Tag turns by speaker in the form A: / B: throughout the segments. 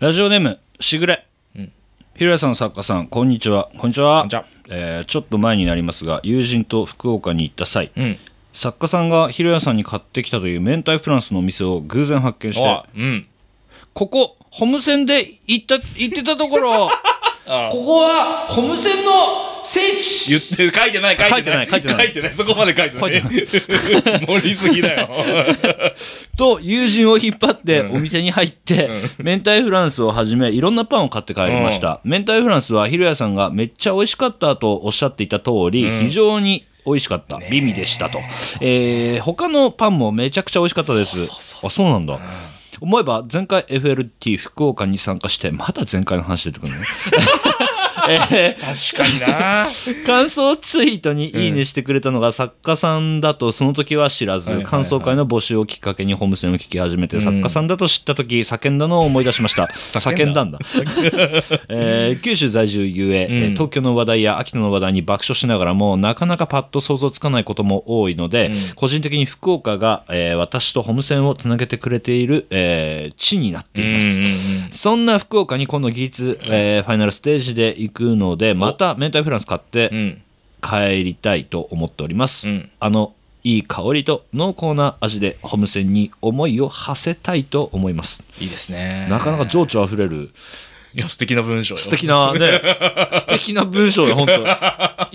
A: ラジオネームしぐれ、
B: うん
A: ひろやさん作家さんこんにちはこんにちは
B: こんにちは
A: えーちょっと前になりますが友人と福岡に行った際、
B: うん。
A: 作家さんがひろやさんに買ってきたという明太フランスのお店を偶然発見して
B: あ、うん。
A: ここホムセンで行った行ってたところ
B: あ
A: ここはホムセンの聖地
B: 言ってる、書いてない、書いてない。
A: 書いてない
B: 書いてない。そこまで書いてない。 盛りすぎだよ。
A: と友人を引っ張ってお店に入って、明太フランスをはじめいろんなパンを買って帰りました、明太フランスはひろやさんがめっちゃ美味しかったとおっしゃっていた通り、非常に美味しかった美味でしたと、えー他のパンもめちゃくちゃ美味しかったですあそうなんだ、思えば前回 FLT 福岡に参加してまだ前回の話出てく るのね、えー
B: 確かにな。
A: 感想ツイートにいいねしてくれたのが作家さんだとその時は知ら
B: はい
A: ず
B: はいはい
A: 感想会の募集をきっかけにホームセンを聞き始めて作家さんだと知った時叫んだのを思い出しました
B: 叫
A: 叫
B: ん
A: ん
B: だ
A: だ んだえー九州在住ゆええー東京の話題や秋田の話題に爆笑しながらもなかなかパッと想像つかないことも多いので個人的に福岡がえー私とホームセンをつなげてくれているえー地になっていますそんな福岡に今度技術、えーファイナルステージで行くのでまた明太フランス買って
B: うん。
A: 帰りたいと思っております、
B: うん
A: あのいい香りと濃厚な味でホームセンに思いを馳せたいと思います
B: いいですね。
A: なかなか情緒あふれる
B: いや、素敵な文章よ。
A: 素敵なね素敵な文章で本当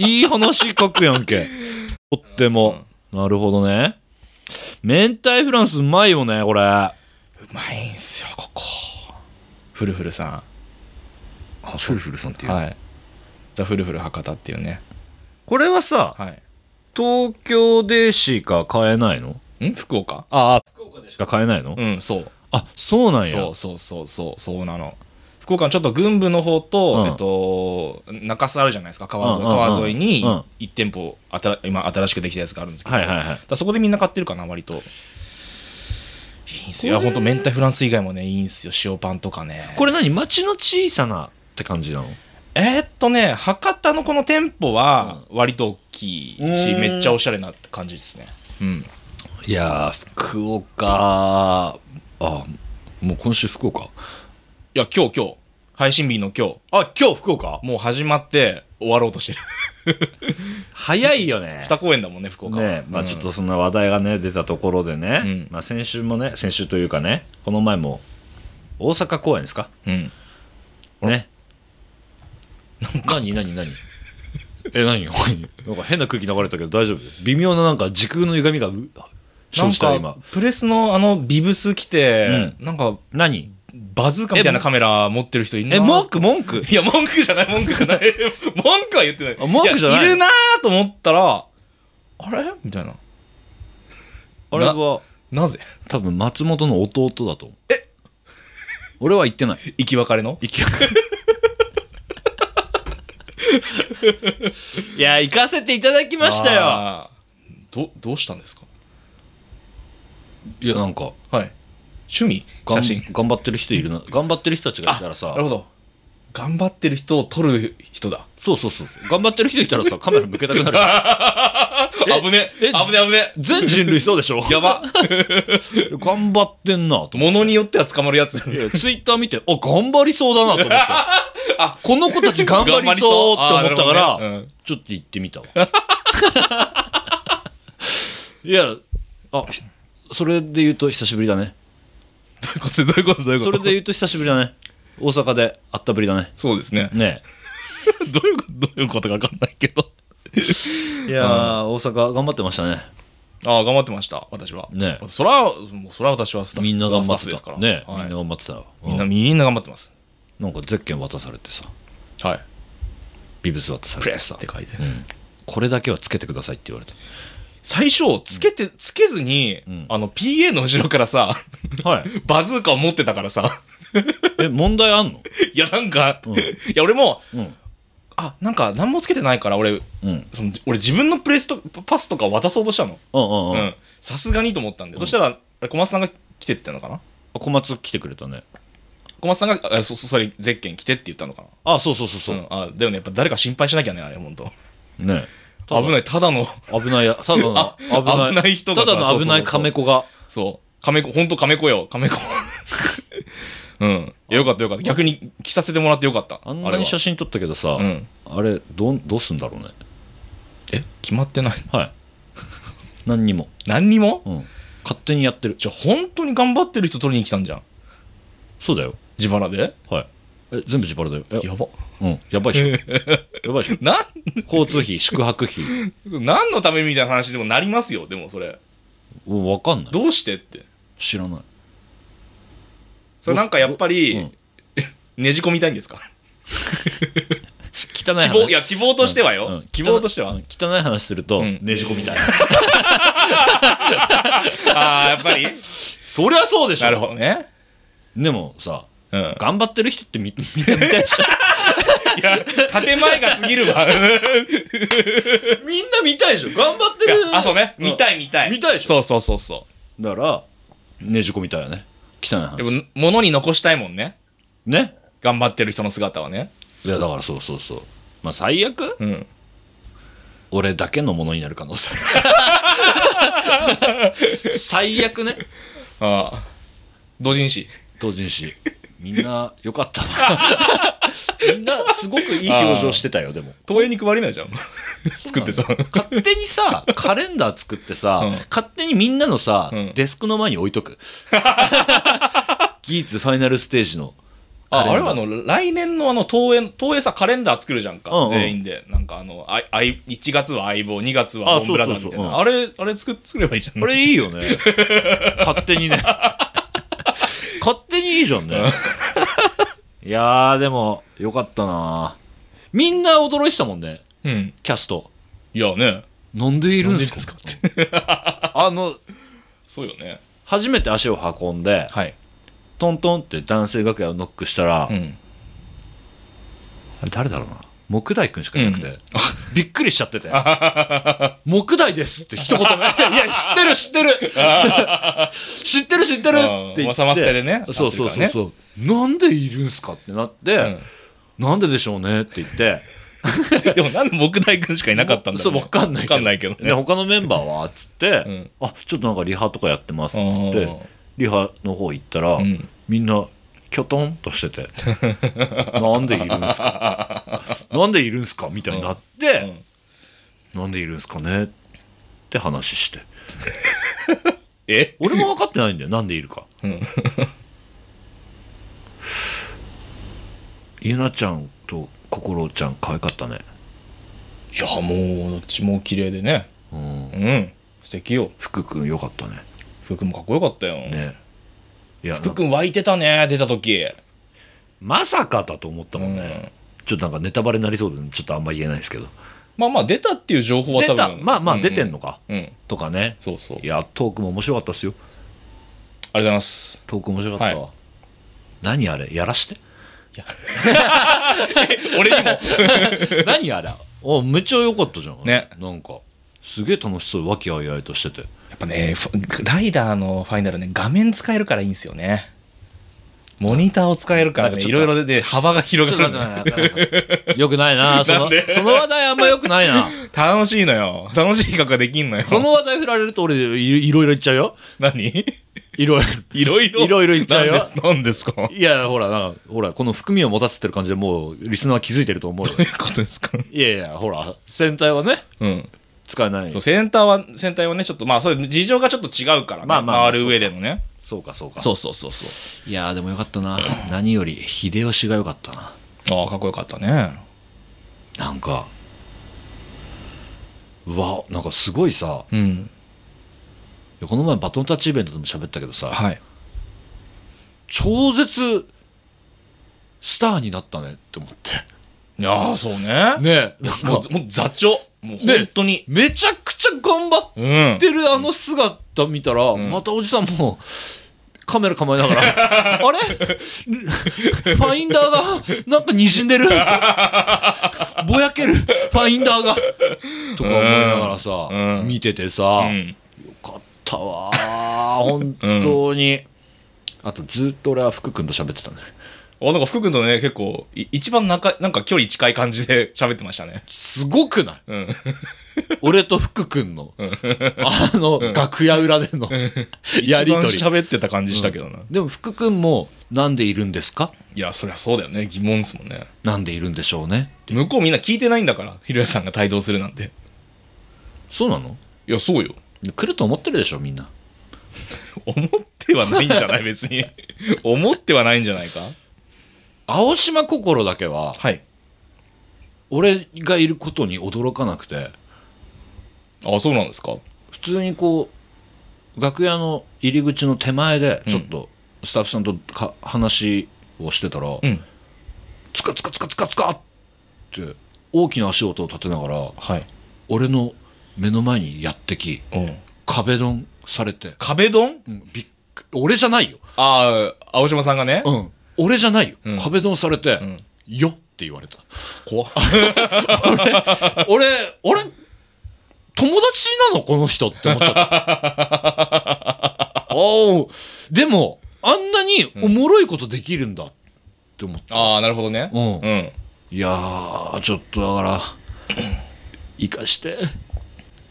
A: いい話書くやんけとっても、なるほどね明太フランスうまいよねこれ
B: うまいんすよ、ここ。フルフルさ
A: フルフルさんって
B: ん。い。ザ・フルフル博多っていうね。
A: これはさ
B: はい。
A: 東京でしか買えないの
B: ん福岡ああ、
A: 福岡でしか買えないの、
B: うん、そう。
A: あそうなんや
B: そうそうそうそうそうなの福岡のちょっと群部の方と、
A: うん
B: えっと、中洲あるじゃないですか川
A: う
B: 沿い,、
A: んうんうん
B: 川沿いに
A: うん
B: 1店舗あたら今新しくできたやつがあるんですけど、
A: はいはいはい
B: だからそこでみんな買ってるかな割といいんすよいやほんと明太フランス以外もねいいんすよ塩パンとか ね
A: これ何町の小さなって感じなの
B: えーっとね博多のこの店舗は割と大きいし、
A: うん
B: めっちゃおしゃれな感じですねうん
A: いやー福岡あもう今週福岡
B: いや今日今日配信日の今日
A: あ今日福岡
B: もう始まって終わろう としてる
A: 早いよね
B: 2公演だもんね福岡は
A: ねまあちょっ
B: うん
A: とそんな話題がね出たところでね、
B: うん
A: まあ、先週もね先週というかねこの前も大阪公演ですか
B: うん
A: ね 何何何 え何よ なんか変な空気流れたけど大丈夫微妙ななんか時空の歪みがう生じたよ
B: なん
A: 今
B: かプレスのあのビブス着て、なんか
A: 何
B: バズーカみたいなカメラ持ってる人いんな
A: え文句文句
B: いや文句じゃない文句じゃない 文句は言ってない
A: あ文句じゃない
B: やいるなーと思ったらあれみたいな
A: あれは
B: なぜ
A: 多分松本の弟だと思うえ俺は言ってない
B: 生き別れの
A: 行きいや行かせていただきましたよ
B: あーどどうしたんですか
A: いやなんか
B: はい趣味
A: がん
B: 写真
A: 頑張ってる人いるな頑張ってる人たちがいたら
B: なる
A: さ
B: ほど頑張ってる人を撮る人だ
A: そうそうそう頑張ってる人いたらさカメラ向けたくなるえ
B: 危ね
A: え
B: 危ね危ね
A: 全人類そうでしょ
B: やば
A: 頑張ってんなと思
B: ものによっては捕まるやつだ
A: っていやツイッター見てあ頑張りそうだなと思って
B: あ
A: この子たち頑張りそう って思ったか
B: あーなるほどね
A: ら
B: うん
A: ちょっと行ってみたわ いやあそれで言うと久しぶりだね
B: どういうことどういうことどういうこ
A: そ
B: と
A: れで言うと久しぶりだね大阪で会ったぶりだね
B: そうですね
A: ね
B: どういうこと、どういうことか分かんないけど。
A: いやー、大阪頑張ってましたね
B: ああ、頑張ってました、私は。
A: ね
B: そら、もうそら私はスタッフ
A: みんな頑張っ
B: スタッフ
A: て
B: ですか
A: た
B: ら。
A: ね、
B: は
A: み
B: い
A: んな頑張ってたよ、うん
B: みんな、みんな頑張ってます。
A: なんかゼッケン渡されてさ
B: はい。
A: ビブス渡さ
B: プ
A: れて
B: レス
A: さ
B: って書いて。
A: これだけはつけてくださいって言われた
B: 最初、つけて、つけずに、
A: ん
B: あの、PA の後ろからさ、
A: はい
B: バズーカを持ってたからさ、
A: え問題あんの
B: いや、なんか、
A: うん
B: いや、俺も、
A: うん
B: あ、なんか、何もつけてないから、俺、
A: うんうん
B: その俺自分のプレスと、パスとか渡そうとしたの。
A: うん
B: う
A: うん、
B: ん。さすがにと思ったんで。そしたら、あれ小松さんが来てって言ったのかな
A: 小松来てくれたね
B: 小松さんが、あそ、そそれ、ゼッケン来てって言ったのかな、
A: あそうそうそうそううん
B: あだよねやっぱ誰か心配しなきゃねあれ本 当
A: ねただ
B: 危ないただの
A: 危ないやただの危ない
B: 危ない人がさ
A: ただの危ないカメ子が
B: そう亀子本当亀子よ亀子ううん。いやよかったよかった。逆に着させてもらってよかった。
A: あんなに写真撮ったけどさ、
B: あれはうん。
A: あれどんどうすんだろうね
B: え決まってない。
A: はい 何にも、
B: 何にも
A: うん、勝手にやってる
B: じゃあ本当に頑張ってる人取りに来たんじゃん。
A: そうだよ
B: 自腹で
A: はいえ全部自腹だよえ
B: やば。
A: うんやばいっ しょやばいっしょ
B: なん、
A: 交通費宿泊費
B: 何のためみたいな話でもなりますよ。でもそれ。
A: うんわかんない
B: どうしてって。
A: 知らない
B: それなんかやっぱり、
A: うん
B: ねじ込みたいんで すか
A: 汚い
B: 希
A: 話
B: 望、いや、希望としてはよ。
A: うん
B: 希望としては。
A: うん汚い話すると、
B: うん
A: ねじ込みたい
B: ああ、やっぱり
A: そりゃそうでしょ
B: なるほどね。
A: でもさ
B: うん。い
A: 頑張ってる人ってみ みんな見たいじ
B: や、建前が過ぎるわ。
A: ゃんみんな見たいでしょ頑張って
B: いや
A: る
B: あ、そうね。見
A: い
B: たい見たい。
A: 見たいでしょ
B: そうそうそうそ。
A: だからねじ込みたいよね汚いう
B: で
A: 話
B: も、物に残したいもんね。
A: ね
B: 頑張ってる人の姿はね。
A: いやだからそうそうそうまあ最悪
B: うん。
A: 俺だけのものになる可能 性最悪ね
B: ああ。同人誌。
A: 同人誌みんなよかったなみんなすごくいい表情してたよでも
B: 東映に配れ ないじゃん。 作ってさ。
A: 勝手にさカレンダー作ってさ、
B: うん
A: 勝手にみんなのさ、
B: うん
A: デスクの前に置いと くギーツファイナルステージのカ
B: あ
A: レンダー
B: あれはあの、来年のあの、東映、東映さ、カレンダー作るじゃんか。
A: うんうん
B: 全員で。なんかあの、あいあい1月は相棒、2月は
A: あ
B: ボンブラザーズみたいな。あ
A: そ
B: れ、あれ作作ればいいじゃん。
A: これいいよね勝手にね 勝手にいいじゃんねいやーでもよかったなみんな驚いてたもんね
B: うん。
A: キャスト
B: いやね。
A: なんでいるんですか
B: なんで
A: あの
B: そうよね。
A: 初めて足を運んで
B: はい。
A: トントンって男性楽屋をノックしたら、
B: うん。
A: あれ誰だろうな木大君しかいなく て、びっくりしちゃってて 「木大です」って一言 目「いや知ってる知ってる知ってる知ってる」って言
B: う
A: っ
B: ん
A: て
B: わさまステでね
A: そうそうそうそう、なんでいるんすかってなって、なんででしょうねって言って
B: でもなんで木大君しかいなかったんだ
A: そう
B: ろ
A: わかんないけ
B: わ
A: ど
B: かんないけど
A: で
B: ね。
A: 他のメンバーはっつって、
B: うん
A: あちょっとなんかリハとかやってますっつっ
B: うん
A: てリハの方行ったら、
B: ん
A: みんなきょとんとしててなんでいるんすか なんでいるんすかみたいになって、なんでいるんすかねって話して
B: え
A: 俺も分かってないんだよなんでいるか、
B: ん
A: ゆなちゃんと心ちゃん可愛かったね
B: いや、もう、どっちも綺麗でね。
A: うん
B: うん。素敵よ。
A: 福君良かったね
B: 福君もかっこよかったよ。
A: ねいや
B: 福君湧いてたね、出た時。
A: まさかだと思ったもんね、
B: うん
A: ちょっとなんかネタバレになりそうでちょっとあんま言えないですけど
B: まあまあ、出たっていう情報は多
A: 出た
B: 分。
A: まあまあ出て
B: うん
A: のか、
B: うん。うん。
A: とかね
B: そうそう。あ
A: い
B: りが
A: やトークも面白かったっすよ
B: とうございます。
A: トーク面白かったわ、
B: は
A: 何あれやらして
B: 俺 にも。
A: 何あれおめっちゃ良かったじゃん
B: ね
A: なんかすげえ楽しそう和気あいあいとして て
B: やっぱね、ファライダーのファイナルね、画面使えるからいいんですよね。モニターを使えるから
A: なんか
B: ね、
A: ちょ
B: い
A: っと
B: ろいろで、ね、幅が広
A: ちょっ
B: が
A: と
B: るの。
A: 待って待って待ってよくないなそ
B: な
A: の
B: んで
A: その話題あんまよくない な
B: 楽しいのよ。楽しい企画ができんのよ。
A: その話題振られると俺いいろいろ言っちゃうよ
B: 何
A: いろいろ
B: いろいろ。
A: いろいろ言っちゃうよ
B: なんですなんですかこ
A: いやほらなほらこの含みを持たせてる感じでもうリスナーは気づいてると思うよ
B: ういうことですか
A: いやいや、ほら、戦隊はね、
B: うん。
A: 使えない。
B: そ、
A: そう
B: センターは、全体はね、ちょっと、まあ、そういう事情がちょっと違うからね。
A: まあまあまあ
B: 回る上でのね。
A: うか、そうか。
B: そうそうそうそう。
A: いやー、でもよかったな。何より、秀吉がよかったな。
B: ああ、かっこよかったね。
A: なんか、うわ、なんかすごいさ、
B: うん。
A: この前バトンタッチイベントでも喋ったけどさ、
B: はい。
A: 超絶、スターになったねって思って。
B: いやー、そうね。
A: ねえ、なん
B: も
A: か、
B: う、もう座長。もう、本当に。
A: めちゃくちゃ頑張っ
B: うん。
A: てるあの姿見たら、またおじさんも、カメラ構えながら、あ れファインダーが、なんか滲んでる。ぼやける、ファインダーが。とか思いながらさ、
B: うん
A: 見ててさ、よ
B: うん。
A: かったわー、本当に。あとずっと俺は福君と喋ってたね。
B: ああ、なんか福君とね、結構、い一番仲、なんか距離近い感じで喋ってましたね。
A: すごくない
B: うん。
A: 俺と福君の、あの、楽屋裏での やりとり
B: 一。番喋ってた感じしたけどな。い
A: でも福君も、なんでいるんですか
B: や、そりゃそうだよね。疑問ですもんね。
A: なんでいるんでしょうね。
B: 向こうみんな聞いてないんだから、ひろやさんが帯同するなんて。
A: そうなの
B: いや、そうよ。
A: 来ると思ってるでしょ、みんな。
B: 思ってはないんじゃ ない別に。思ってはないんじゃないか
A: 青島心だけは、
B: はい。
A: 俺がいることに驚かなくて、
B: あ、そうなんですか
A: 普通にこう、楽屋の入り口の手前で、ちょっと、スタッフさんとか話をしてたら、
B: うん。
A: つかつかつかつかつかって、大きな足音を立てながら、
B: はい。
A: 俺の目の前にやってき、
B: うん。
A: 壁ドンされて、
B: 壁ドン
A: うん、びっく俺じゃないよ、
B: ああ、青島さんがね。
A: うん、俺じゃないよ、
B: うん
A: 壁ドンされて、
B: ん
A: よって言われた
B: 怖っ
A: 俺 俺友達なのこの人って思っちゃった おうでもあんなにおもろいことできるんだって思った、
B: ああ、なるほどね。
A: うん
B: うん。
A: いやーちょっとだ から生かして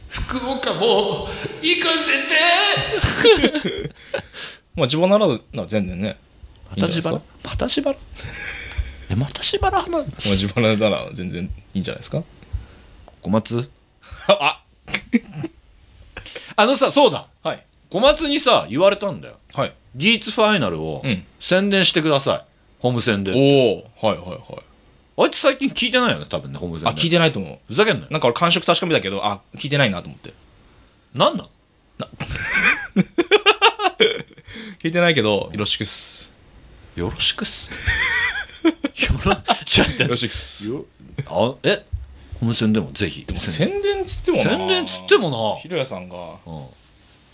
A: 福岡も生かせて
B: まあ、自分なら、なら全然ね。いいんじゃないですかま
A: またしばら えまたしばら花
B: あ、自分なら全然いいんじゃないですか
A: 小松
B: あ
A: あのさそうだ
B: はい。
A: 小松にさ言われたんだよ
B: はい。
A: ギーツファイナルを
B: うん
A: 宣伝してください、ホーム戦
B: お
A: で
B: おはいはいはい。
A: あいつ最近聞いてないよね多分ねホーム戦
B: あ、
A: で
B: 聞いてないと思う。
A: ふざけんなよ
B: なんか俺感触確かめたけど、あ、聞いてないなと思って。
A: なんなの
B: 聞いてないけど、よろしくっす。
A: よろしくっすよろちょっと
B: よ
A: 待
B: ろ
A: っ
B: しくっす。
A: てよあえホーム戦でもぜひ
B: でも宣伝つってもな。
A: 宣伝つってもな
B: ひろやさんが、
A: うん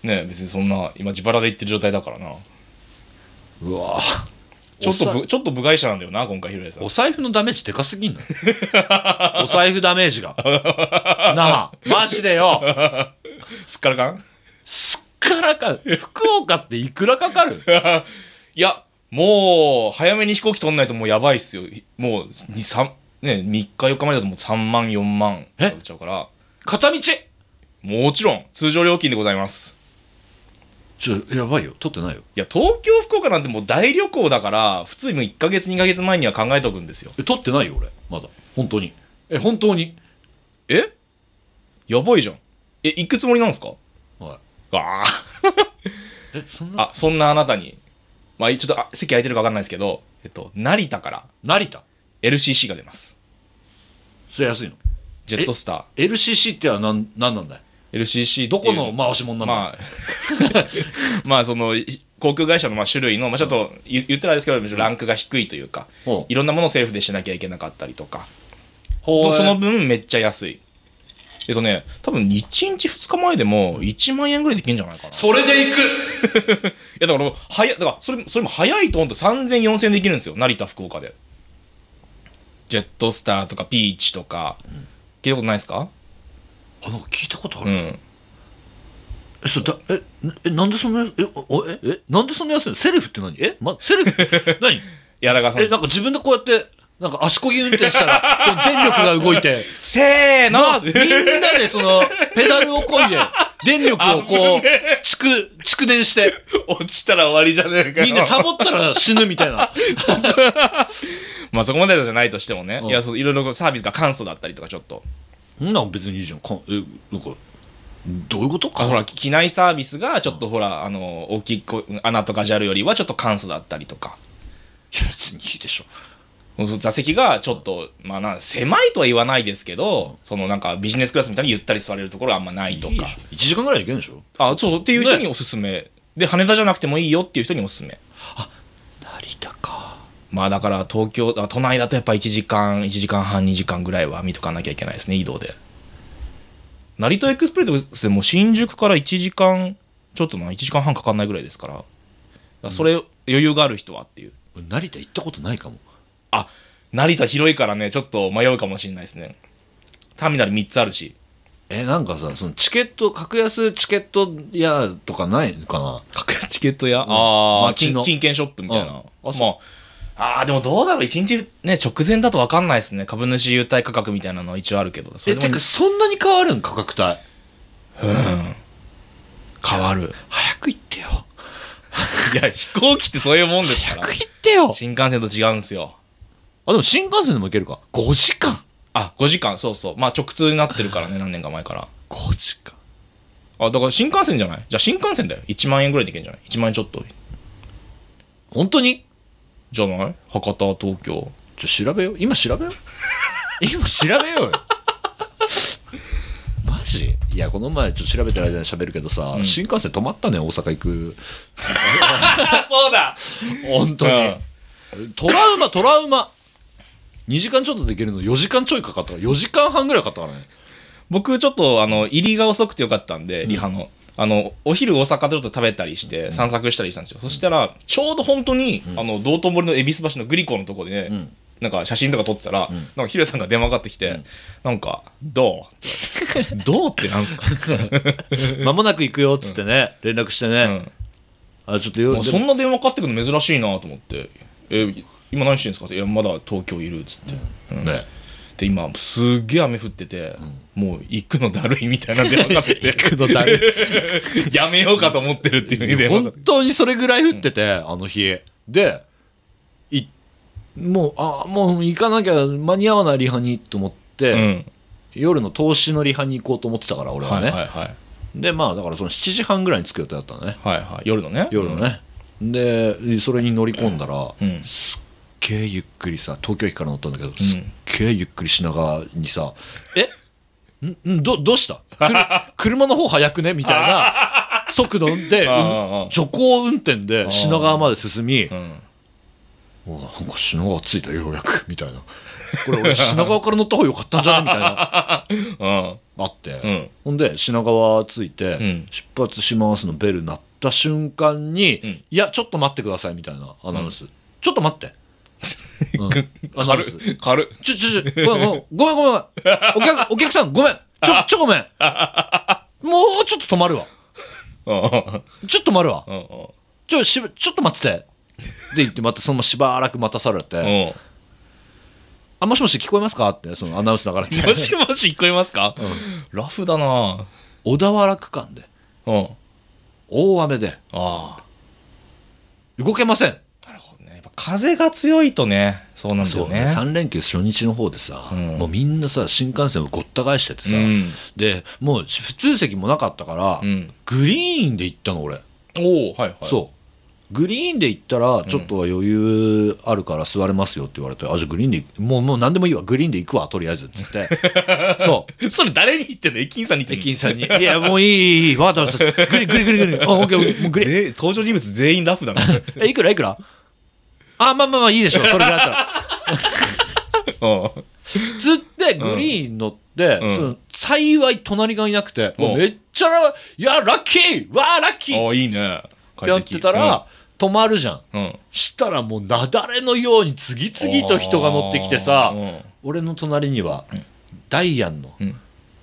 B: ね、別にそんな、今自腹で言ってる状態だからな。
A: うわぁ
B: ちょっ
A: お
B: と
A: さ
B: ぶ、ちょっと部外者なんだよな、今回ひろやさん
A: お。財布のダメージでかすぎんのお財布ダメージがなあマジでよ
B: すっからかん
A: すっからかん福岡っていくらかかる
B: いや、もう、早めに飛行機取んないともうやばいっすよ。もう、二三ね、3日4日までだともう3万、4万、
A: え
B: 食べちゃうから、
A: 片道
B: もちろん、通常料金でございます。
A: ちょやばいよ取ってないよ
B: いや、東京、福岡なんてもう大旅行だから、普通にもう1ヶ月、2ヶ月前には考えとくんですよ。
A: え取ってないよ俺まだ本当にえ本当に
B: えやばいじゃん。え、行くつもりなんですか
A: は
B: ああ。
A: いえそんな
B: あ、そんなあなたに、まあ、ちょっとあ席空いてるか分かんないですけど、えっと、成田から
A: 成田
B: LCC が出ます。
A: それ安いの
B: ジェットスタ
A: LCC っては何何なんだい
B: ー。LCC って
A: ど
B: い
A: こ
B: う
A: の回し者なの、
B: まあ、 まあ、その、い航空会社のまあ種類の、まあ、ちょっと言言ったらあれですけど、ランクが低いというか、
A: ほう
B: いろんなものをセーフでしなきゃいけなかったりとか、
A: ほう
B: そその分めっちゃ安い。えっとね、多分1日2日前でも1万円ぐらいできるんじゃないかな。い
A: それで行く
B: や、だから、早い、だから、それ、それも早いと思うと3000、4000できるんですよ。成田、福岡で。ジェットスターとか、ピーチとか、聞いたことないですか
A: あなんか聞いたことあ
B: う
A: る、
B: ん。
A: えそれだえなえなんでそんなえおええなんでそんな安いのセルフって何え、ま、セルフ何
B: いや、だからそ
A: え
B: の、
A: なんか自分でこうやってなんか足こぎ運転した らこう電力が動いて
B: せーの
A: みんなでそのペダルをこいで電 力をこう蓄蓄電して
B: 落ちたら終わりじゃねえかよ
A: みんなサボったら死ぬみたいな。
B: まあそこまでじゃないとしてもね、
A: うん
B: いやそういろいろサービスが簡素だったりとかちょっと
A: そんなん別にいいじゃん。かえ、なんか、どういうこと
B: あほら機内サービスがちょっとほら、あの大きいこ穴とかジャルよりはちょっと簡素だったりとか
A: いや別にいいでしょ。
B: 座席がちょっと、まあな狭いとは言わないですけど、そのなんかビジネスクラスみたいにゆったり座れるところはあんまないとか
A: いいでしょ。1時間ぐらいで行けるでしょ。
B: あそうっていう人におすすめ、で羽田じゃなくてもいいよっていう人におすすめ
A: 成田か。
B: まあだから東京あ都内だとやっぱ1時間1時間半2時間ぐらいは見とかなきゃいけないですね移動で成田エクスプレスでも新宿から1時間ちょっとな1時間半かかんないぐらいですからだからそれ余裕がある人はっていう
A: 俺成田行ったことないかも。
B: あ成田広いからねちょっと迷うかもしれないですねターミナル3つあるし
A: え、なんかさ、そのチケット、格安チケット屋とかないかな
B: 格安チケットやああ
A: 街
B: 金
A: の
B: 金券ショップみたいな
A: うんあ
B: まあああ、でもどうだろう一日ね、直前だと分かんないですね。株主優待価格みたいなの一応あるけど。そ
A: え
B: れで
A: て
B: も
A: か、そんなに変わるん価格帯
B: 変わる。
A: 早く行ってよ
B: いや、飛行機ってそういうもんですから
A: 早。く行ってよ
B: 新幹線と違うんですよ。
A: あでも新幹線でも行けるか5時間
B: あ、5時間、そうそう。まあ直通になってるから ね、何年か前から。
A: 5時間
B: あ、だから新幹線じゃないじゃあ新幹線だよ。1万円ぐらいで行けんじゃない ?1 万円ちょっと。
A: 本当に
B: じゃない博多、東京。
A: ちょ調べよう今調べ よう今調べようよマジいやこの前ちょっと調べてる間に喋るけどさ、新幹線止まったね大阪行く
B: あ、 そうだ
A: 本当に、トラウマトラウマ2時間ちょっとで行けるの4時間ちょいかかったから4時間半ぐらいかかったから ね
B: 僕ちょっとあの入りが遅くてよかったんでリハの,、あのお昼大阪でちょっと食べたりして散策したりしたんですよ、そしたらちょうど本当に、あの道頓堀の恵比寿橋のグリコのとこでね、
A: ん
B: なんか写真とか撮ってたら、なんかヒデさんが電話かかってきて、なんか「どう?」って言われてどう?」 ってなんですか、
A: 間もなく行くよっつってね、連絡してね、あちょっとよ
B: うん、そんな電話かかってくるの珍しいなと思って「え今何してんですか?」って「いやまだ東京いる」っつって、うん
A: ね
B: で今すっげえ雨降ってて、もう行くのだるいみたいな電話かかって きて
A: 行くのだる
B: やめようかと思ってるっていう電話が
A: 本当にそれぐらい降ってて、あの日でいもうあもう行かなきゃ間に合わないリハにと思って、
B: うん
A: 夜の投資のリハに行こうと思ってたから俺は
B: はい
A: ね、
B: はいはい
A: でまあだからその7時半ぐらいに着く予定だったのね
B: はいはい夜のね
A: 夜のね、でそれに乗り込んだら、
B: うん
A: すっげえゆっくりさ東京駅から乗ったんだけど、すっげえゆっくりしながらにさ「えんんどどうしたくる 車の方速くね?」みたいな速度で、
B: ああああ
A: うん徐行運転で品川まで進み、
B: うん
A: おなんか品川着いたようやくみたいなこれ俺品川から乗った方がよかったんじゃねみたい な
B: うん
A: あって、
B: うん
A: ほんで品川着いて、
B: ん
A: 出発しますのベル鳴った瞬間に、
B: ん
A: いやちょっと待ってくださいみたいなアナウンス、ちょっと待 って、うん、アナウン
B: 軽
A: ス
B: っ軽っ
A: ちょちょちょごめんごめんごめんごめんお客お客さんごめんちょちょごめん もうちょっと止まるわ
B: うん
A: ちょっと止まるわ
B: うん
A: ちょしばちょっと待っててって言ってまたそのまましばらく待たされて、
B: う んうん
A: あ、もしもし聞こえますかって、そのアナウンス流れて。
B: もしもし聞こえますかラフだな
A: 小田原区間で、
B: うん
A: 大雨で、
B: あ
A: 動けません。
B: あなるほどねやっぱ風が強いとねそうなんだ
A: そ
B: よ
A: うね。
B: ね
A: 3連休初日の方でさ、
B: ん
A: もうみんなさ、新幹線をごった返しててさ、
B: うん
A: で、もう普通席もなかったから、
B: うん
A: グリーンで行ったの、俺。
B: おおはいはい
A: そう。グリーンで行ったら、ちょっとは余裕あるから座れますよって言われて、あ、じゃあグリーンで行く、もう、もう何でもいいわ、グリーンで行くわ、とりあえず、っつ って。そう。
B: うそれ誰に言ってんの駅員さんに言ってんの
A: 駅員さんに、いや、もういい、いい、いい、わかった、わかった。グリグリグリグ リ。あ、オッケーオッケー、もうグリ
B: 全員登場人物全員ラ フだなう
A: え、いくらいくらあ、まあまあまあいいでし ょう、それぐらいだったら。
B: ん
A: つって、グリーン乗って、
B: ん
A: その幸い隣がいなくて、
B: うん
A: もうめっちゃラ、いや、ラッキーわー、ラッキーっ
B: ああいいねって
A: てやってたら、止まるじゃん。
B: うんうん
A: したらもう、なだれのように次々と人が乗ってきてさ
B: あ、ー
A: 俺の隣には、ダイアンの
B: うん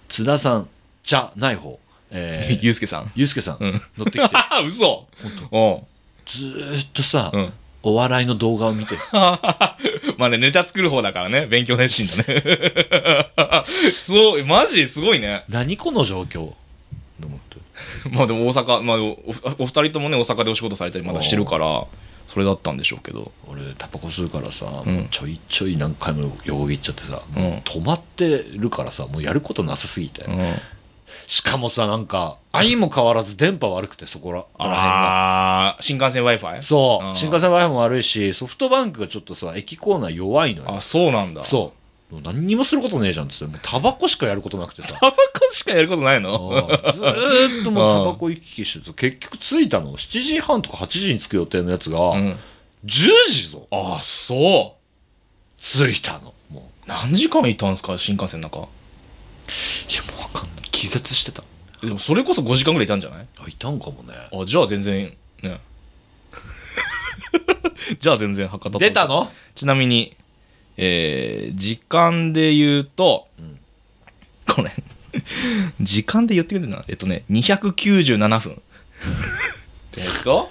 A: 津田さんじゃない方、え
B: うん
A: ー
B: ゆうすけさん
A: ゆうすけさん
B: うん
A: 乗ってきて、
B: あ 嘘本
A: ずーっとさ
B: う、ん
A: お笑いの動画を見て、
B: まあねネタ作る方だからね勉強熱心だね そうマジすごいね
A: 何この状況と思って。
B: まあでも大阪、まあ、おおお二人ともね大阪でお仕事されたりまだしてるからそれだったんでしょうけど
A: 俺タバコ吸うからさ、もうんちょいちょい何回も横切っちゃってさ、もううん止まってるからさもうやることなさすぎて、
B: うん
A: しかもさなんか相も変わらず電波悪くてそこらこら辺が
B: ああ新幹線 w i f i
A: そううん新幹線 w i f i も悪いしソフトバンクがちょっとさ駅構内弱いのよ
B: あそうなんだう
A: そうもう何にもすることねえじゃんっつってもうタバコしかやることなくて さ
B: タバコしかやることない
A: あ
B: の
A: ーずーっともうタバコ行き来してて結局着いたの7時半とか8時に着く予定のやつが、
B: うん
A: 10時ぞ
B: あそ
A: 着いたのもう
B: う何時間いたんすか新幹線の中
A: いやもうわかんない気絶してた
B: でもそれこそ5時間ぐらいいたんじゃない
A: あいたんかもね
B: あじゃあ全然ねじゃあ全然博多と
A: 出たの
B: ちなみに、えー時間で言うと、
A: ん
B: これ、 時間で言ってくれるな。えっとね、297分。えっと、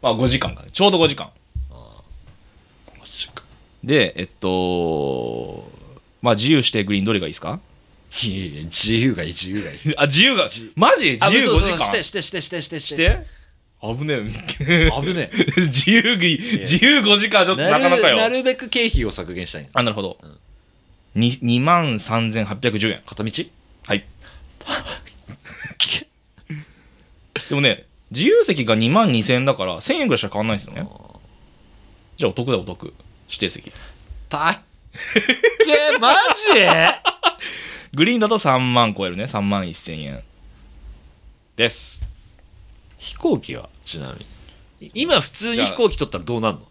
B: まあ5時間かね。ちょうど5時間。
A: マジか
B: でえっとまあ自由してグリーンどれがいいですか
A: いやいや自由がいい自由がいい
B: あ自由がマジ
A: あ
B: 自由
A: そ
B: 5
A: う
B: 時
A: そう
B: 間
A: してしてしてしてしてし
B: して危ねえ
A: 危ね
B: 自由ぎ
A: や
B: 自由5時間はちょっ
A: え
B: となかなか よ
A: なるべく経費を削減したいの
B: あなるほど、に2万3810円
A: 片道
B: はい。でもね、自由席が2万2000円だから、1000円ぐらいしか変わんないんですよね。じゃあお得だよお得。指定席。
A: たっけマジ
B: グリーンだと3万超えるね。3万1000円。です。
A: 飛行機はちなみに今普通に飛行機取ったらどうなんの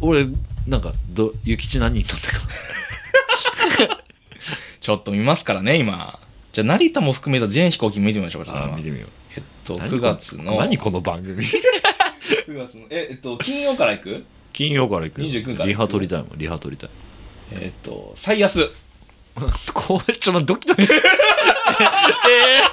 A: 俺なんかど諭吉何人乗ったか
B: ちょっと見ますからね、今。じゃあ成田も含めた全飛行機見てみましょうか。ちょっと今
A: てみよう
B: えっと、9月の。
A: 何この番組
B: 9月の。え、えっと、金曜から行く
A: 金曜から行くよ
B: 29から行く
A: リハ取りたいもんリハ取 りたい
B: えっと、最安。
A: こうちょっとド キドキしてえー、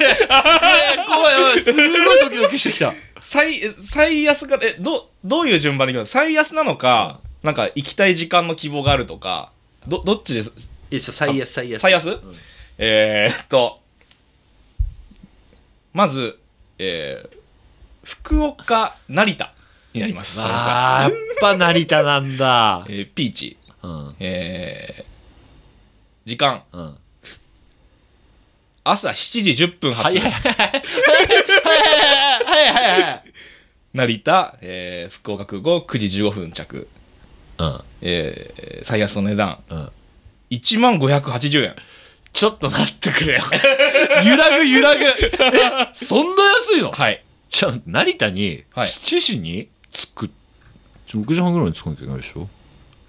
A: えー、怖い怖いすごいドキドキしてきた
B: 最、え最安から、え、ど、どういう順番で行くの最安なのか、なんか行きたい時間の希望があるとか、ど、どっちです
A: いや最安最安
B: 最安、えーっと、まず、えー、福岡、成田になります。それさ
A: あーやっぱ成田なんだ
B: えー、ピーチ、
A: うん
B: えー、時間、
A: うん
B: 朝7時10分発、
A: はいはいはい
B: 成田、えー、福岡空港9時15分着、
A: うん
B: えー、最安の値段、
A: うん
B: 1万580円。
A: ちょっと待ってくれよ。揺らぐ揺らぐ。え、 そんな安いの
B: はい。
A: じゃあ、成田に、
B: はい
A: 7時に着く、6時半ぐらいに着かなきゃいけないでしょ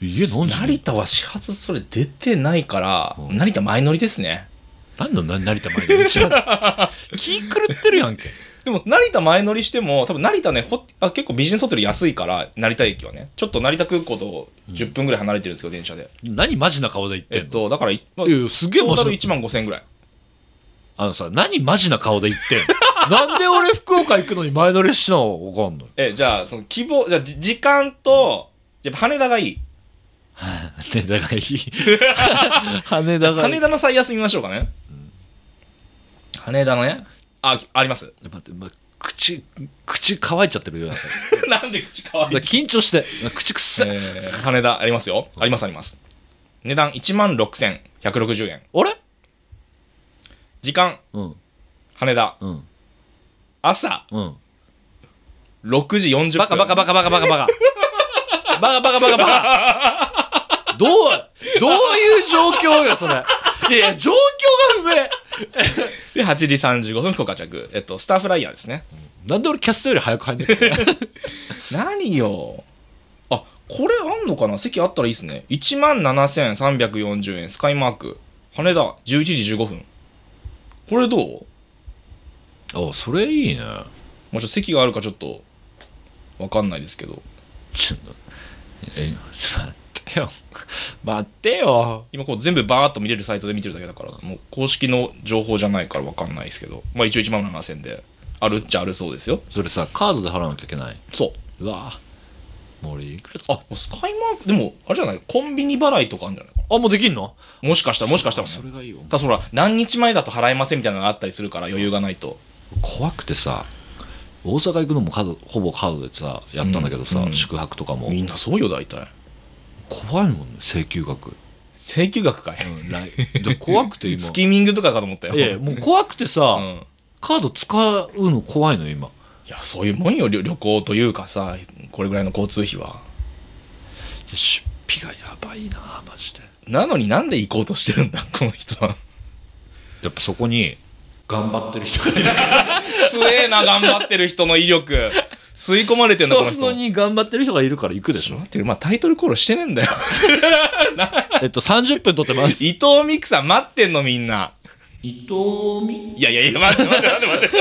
A: 家何時
B: 成田は始発それ出てないから、
A: うん
B: 成田前乗りですね
A: なんだな成田前に。知ら ない気狂ってるやんけ。
B: でも成田前乗りしても多分成田ねほあ結構ビジネスホテル安いから成田駅はねちょっと成田空港と10分ぐらい離れてるんですけど、電車で
A: 何マジな顔で言って
B: え
A: んの
B: っ、とだからい、まあ、
A: いやいや、すげえ
B: ト
A: マ
B: ータ
A: ジ
B: ル
A: な。
B: 1万5000円ぐらい
A: あのさ、何マジな顔で言ってんの なんで俺福岡行くのに前乗りしなのわかんない。
B: えじゃあその希望じゃあじ時間とやっぱ羽田がいい
A: 羽田がいい。 羽田がいい。
B: 羽田の最安見ましょうかね、羽田のねああります
A: 待って、ま口、口乾いちゃってるよ。なんか
B: なんで口かわいい
A: だから緊張して、口くっせ。
B: えー羽田ありますよありますあります値段1万6160円
A: あれ
B: 時間
A: うん、
B: 羽田
A: うん、
B: 朝
A: うん。
B: 6時40分
A: バカバカバカバカバカバカ。バカバカバカバカ。どう、どういう状況よ、それ。いやいや、状況が不
B: で8時35分福岡着、えっと、スターフライヤーですね
A: 明。なんで俺キャストより早く入んね えの
B: 何よあこれあんのかな席あったらいいですね1万7340円スカイマーク羽田11時15分これどうも
A: あ、それいいね。
B: うちょっと席があるかちょっとわかんないですけど
A: ちょっと、え、待ってよ。待ってよ。
B: 今こう全部バーッと見れるサイトで見てるだけだからもう公式の情報じゃないからわかんないですけどまあ一応1万7000であるっちゃあるそうですよ
A: それさ、カードで払わなきゃいけない。
B: そう
A: うわぁ。もう俺いくら
B: あスカイマークでもあれじゃないコンビニ払いとかあるんじゃない
A: あ、もうできんの
B: もしかしたらもしかしたら、ね、
A: それがいいよ。
B: ただそら何日前だと払えませんみたいなのがあったりするから余裕がないと
A: 怖くてさ大阪行くのもカードほぼカードでさやったんだけどさ、
B: うんうん
A: 宿泊とかも
B: みんなそうよ大体
A: 怖いもんね請求額、
B: 請求額かい
A: うん、来で怖くて 今
B: スキミングとかかと思ったよ
A: いやいやもう怖くてさ、
B: うん、
A: カード使うの怖いの今
B: いやそういうもんよ旅旅行というかさこれぐらいの交通費は
A: 出費がやばいなマジで
B: なのになんで行こうとしてるんだ この人は
A: やっぱそこに頑張ってる人がいる
B: すえな頑張ってる人の威力吸い込まれてんだこの
A: そ
B: 人
A: こに頑張ってる人がいるから行くでし
B: ちょっと
A: ょ
B: 待ってまあタイトルコールしてねえんだよ
A: えっと30分撮ってます
B: 伊藤美久さん待ってんのみんな
A: 伊藤美
B: いやいやいや待って待って待って待って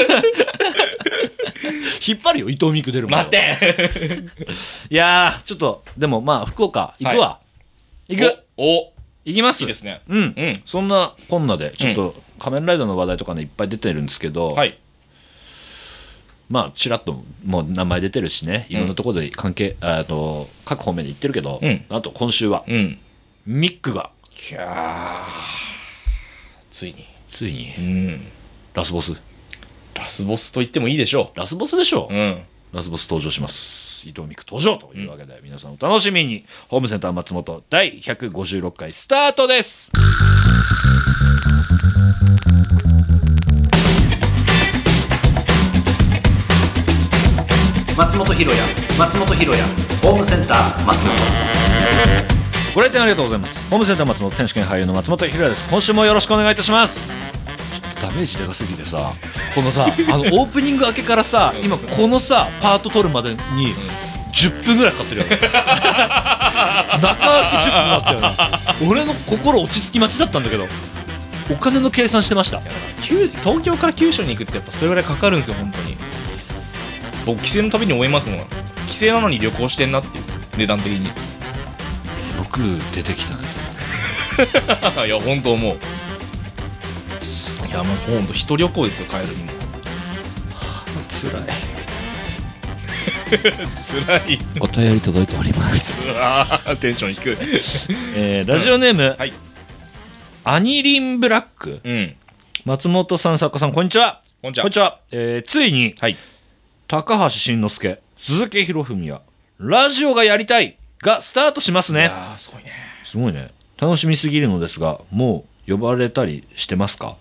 A: 引っ張るよ伊藤美久出るまで
B: 待って
A: いやーちょっとでもまあ福岡行くわ、行く
B: おお
A: 行きます
B: いいですね
A: うん
B: うん
A: そんなこんなでちょっと「仮面ライダー」の話題とかねいっぱい出てるんですけど、
B: はい
A: まあちらっともう名前出てるしねいろんなところで関係、あと各方面で言ってるけど、
B: うん
A: あと今週は
B: うん
A: ミックが
B: いやーついに。
A: ついに
B: うん。
A: ラスボス
B: ラスボスと言ってもいいでしょ
A: ラスボスでしょ
B: う。うん。
A: ラスボス登場します伊藤美久登場というわけで、皆さんお楽しみにホームセンター松本第156回スタートです
C: 松本ひろや松本ひろやホームセンター松本
A: ご来店ありがとうございますホームセンター松本天使兼俳優の松本ひろやです今週もよろしくお願いいたします
D: ダメージでかすぎてさ
A: このさあのオープニング明けからさ今このさパート取るまでに10分ぐらいかかってるよね中10分だったよね俺の心落ち着き待ちだったんだけどお金の計算してました
B: 九東京から九州に行くってやっぱそれぐらいかかるんですよ本当に僕帰省のたびに思いますもん帰省なのに旅行してんなっていう値段的に
D: よく出てきたね
B: いや本当思うすいやもう本当一旅行ですよ帰るにも
D: つらい
B: 辛い
D: お便り届いております
B: あーテンション低い
A: えーラジオネーム、
B: はい
A: アニリンブラック
B: うん
A: 松本さん作家さんこんにちは
B: こんにちは
A: えーついに、
B: はい
A: 高橋慎之介鈴木博文はラジオがやりたいがスタートしますね
B: ああすごいね
A: すごいね楽しみすぎるのですがもう呼ばれたりしてますか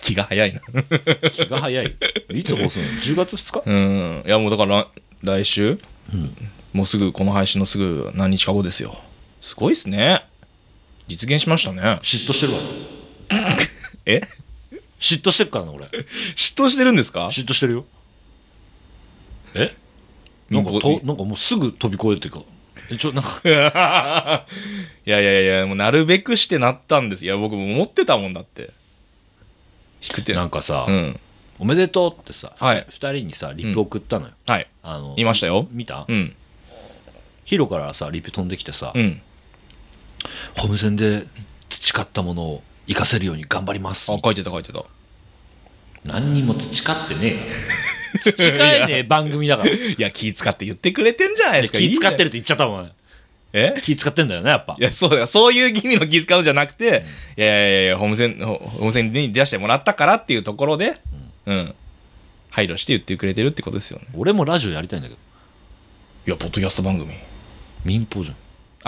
B: 気が早いな
A: 気が早 いいつ放送なの10月2日
B: うんいやもうだから来週、もうすぐこの配信のすぐ何日か後ですよすごいっすね実現しましたね
A: 嫉妬してるわ
B: え
A: 嫉妬してるからな俺
B: 嫉妬してるんですか
A: 嫉妬してるよえなんかとなんかもうすぐ飛び越えていくえちょなんか
B: いやいやいや、もうなるべくしてなったんです。いや、僕も思ってたもんだって。引くって
A: なんかさ、
B: うん。
A: おめでとうってさ、
B: はい
A: 2人にさリップ送ったのよ、
B: はい。
A: あの
B: いましたよ。
A: 見た、
B: うん。
A: ヒロからさリップ飛んできてさ、
B: うん。
D: ホームセンで培ったものを活かせるように頑張ります
B: あ、書いてた書いてた。
A: 何にも培ってねえよ培えねえ番組だから
B: いや、気使って言ってくれてんじゃないですか。
A: 気使って
B: る。
A: るって言っちゃったもん
B: え
A: 気使ってんだよねやっぱ
B: いや、そうだよ。そういう気味の気使うじゃなくて、いやいやいや、ホームセン、ホホームセンに出してもらったからっていうところで、うん。配慮して言ってくれてるってことですよね。
A: 俺もラジオやりたいんだけど
B: いや、ポッドキャスト番組。
A: 民放じゃん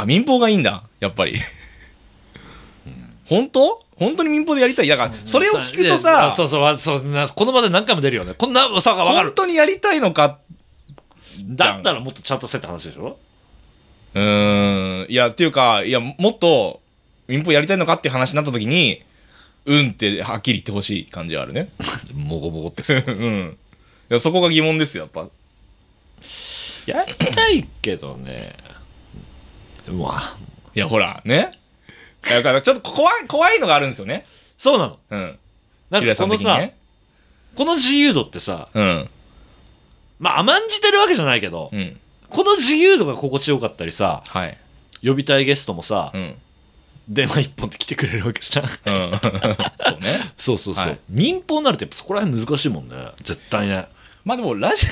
B: あ、民放がいいんだ、やっぱり。本当本当に民放でやりたい。だから、それを聞くと
A: いやい
B: さ
A: や、そうそうわそうなこの場で何回も出るよねこんなさが分か
B: 本
A: る
B: 当にやりたいのか。
A: だったらもっとちゃんとせって話でしょ
B: うーん。いや、っていうか、いや、もっと、民放やりたいのかっていう話になった時に、うんってはっきり言ってほしい感じはあるね。
A: もごもごってさ
B: うん。いや、そこが疑問ですよ、やっぱ。
A: やりたいけどねうわ
B: いや、ほら、ね。だから、ちょっと怖い、怖いのがあるんですよね。
A: そうなの
B: うん。
A: なん
B: ひら
A: か
B: さ
A: こ
B: ん
A: の
B: 的に
A: さ、
B: ね。
A: この自由度ってさ
B: うん。
A: まあ甘んじてるわけじゃないけど、
B: うん。
A: この自由度が心地よかったりさ
B: はい。
A: 呼びたいゲストもさ、
B: うん。
A: 電話一本で来てくれるわけじゃん
B: うん。 そうね。
A: そうそうそう、
B: はい
A: 民放になるとやっぱそこら辺難しいもんね絶対ね
B: まあでも、ラジオ、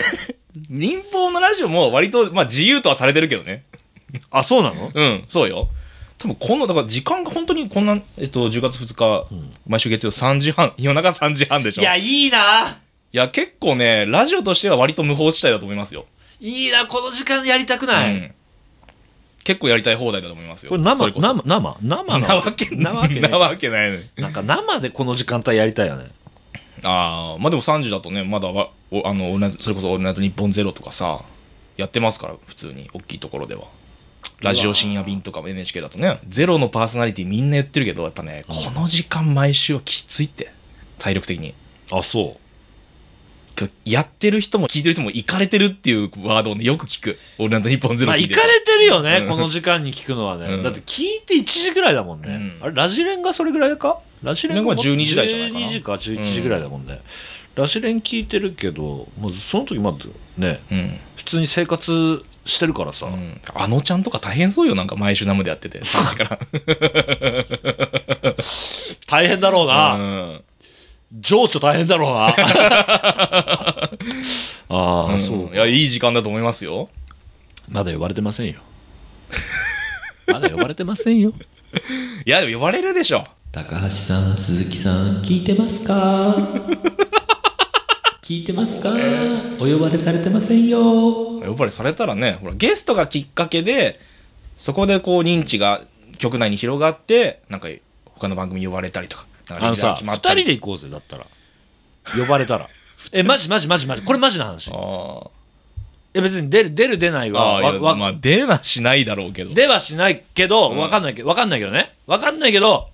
B: 民放のラジオも割と、まあ自由とはされてるけどね。
A: あそうなの
B: うん、そうよ。多分この、だから時間が本当にこんな、えっと、10月2日、毎週月曜3時半、夜中3時半でしょ。
A: いや、いいない
B: や結構ね、ラジオとしては割と無法地帯だと思いますよ。
A: いいなこの時間やりたくない、
B: うん結構やりたい放題だと思いますよ。
A: これ
B: そ
A: 生
B: れこそ
A: 生生 生
B: なわ け
A: な
B: な
A: わ
B: わ
A: け
B: け
A: ね
B: なわけないのに。
A: なんか生でこの時間帯やりたいよね
B: ああ、まあでも3時だとね、まだわおあのオールナイトそれこそ「オールナイトニッポンゼロとかさ、やってますから、普通に、大きいところでは。ラジオ深夜便とかも NHK だとね、ゼロのパーソナリティみんな言ってるけど、やっぱね、この時間毎週はきついって、体力的に。
A: あそう
B: やってる人も聞いてる人も、イかれてるっていうワードをね、よく聞く。オールナイトニッポンゼロ
A: まあ
B: 聞い
A: 行
B: て
A: かれてるよね、
B: うん
A: この時間に聞くのはね、
B: うん
A: だって聞いて1時ぐらいだもんね、
B: うん
A: あれラジレンがそれぐらいかラジレンが
B: ラジレンが12時台じゃないかな
A: 12時か11時ぐらいだもんね、ラジレン聞いてるけどもうその時まだね
B: うん、
A: 普通に生活してるからさ、
B: うんあのちゃんとか大変そうよ、なんか毎週生でやってて。3時から。
A: 大変だろうな、
B: うん
A: 情緒大変だろう なああ、
B: うん
A: そう
B: いや、いい時間だと思いますよ。
A: まだ呼ばれてませんよまだ呼ばれてませんよ。
B: いや、でも呼ばれるでしょ。
A: 高橋さん、鈴木さん、聞いてます か聞いてますかお呼ばれされてませんよ。
B: 呼ばれされたらね、ほら、ゲストがきっかけで、そこでこう、認知が局内に広がって、なんか、他の番組呼ばれたりとか。なんか
A: あのさ、二
B: レギュラー決まった
A: 人
B: り
A: で行こうぜ、だったら。呼ばれたら。 え、マジマジマジマジ。これマジな話。い
B: あ
A: や別に出る、出る出ない
B: ーあ
A: は、
B: ー、いや
A: わわ
B: まあ、出はしないだろうけど。
A: 出はしないけど、
B: うん
A: わかんないけど、わかんないけどね。わかんないけど、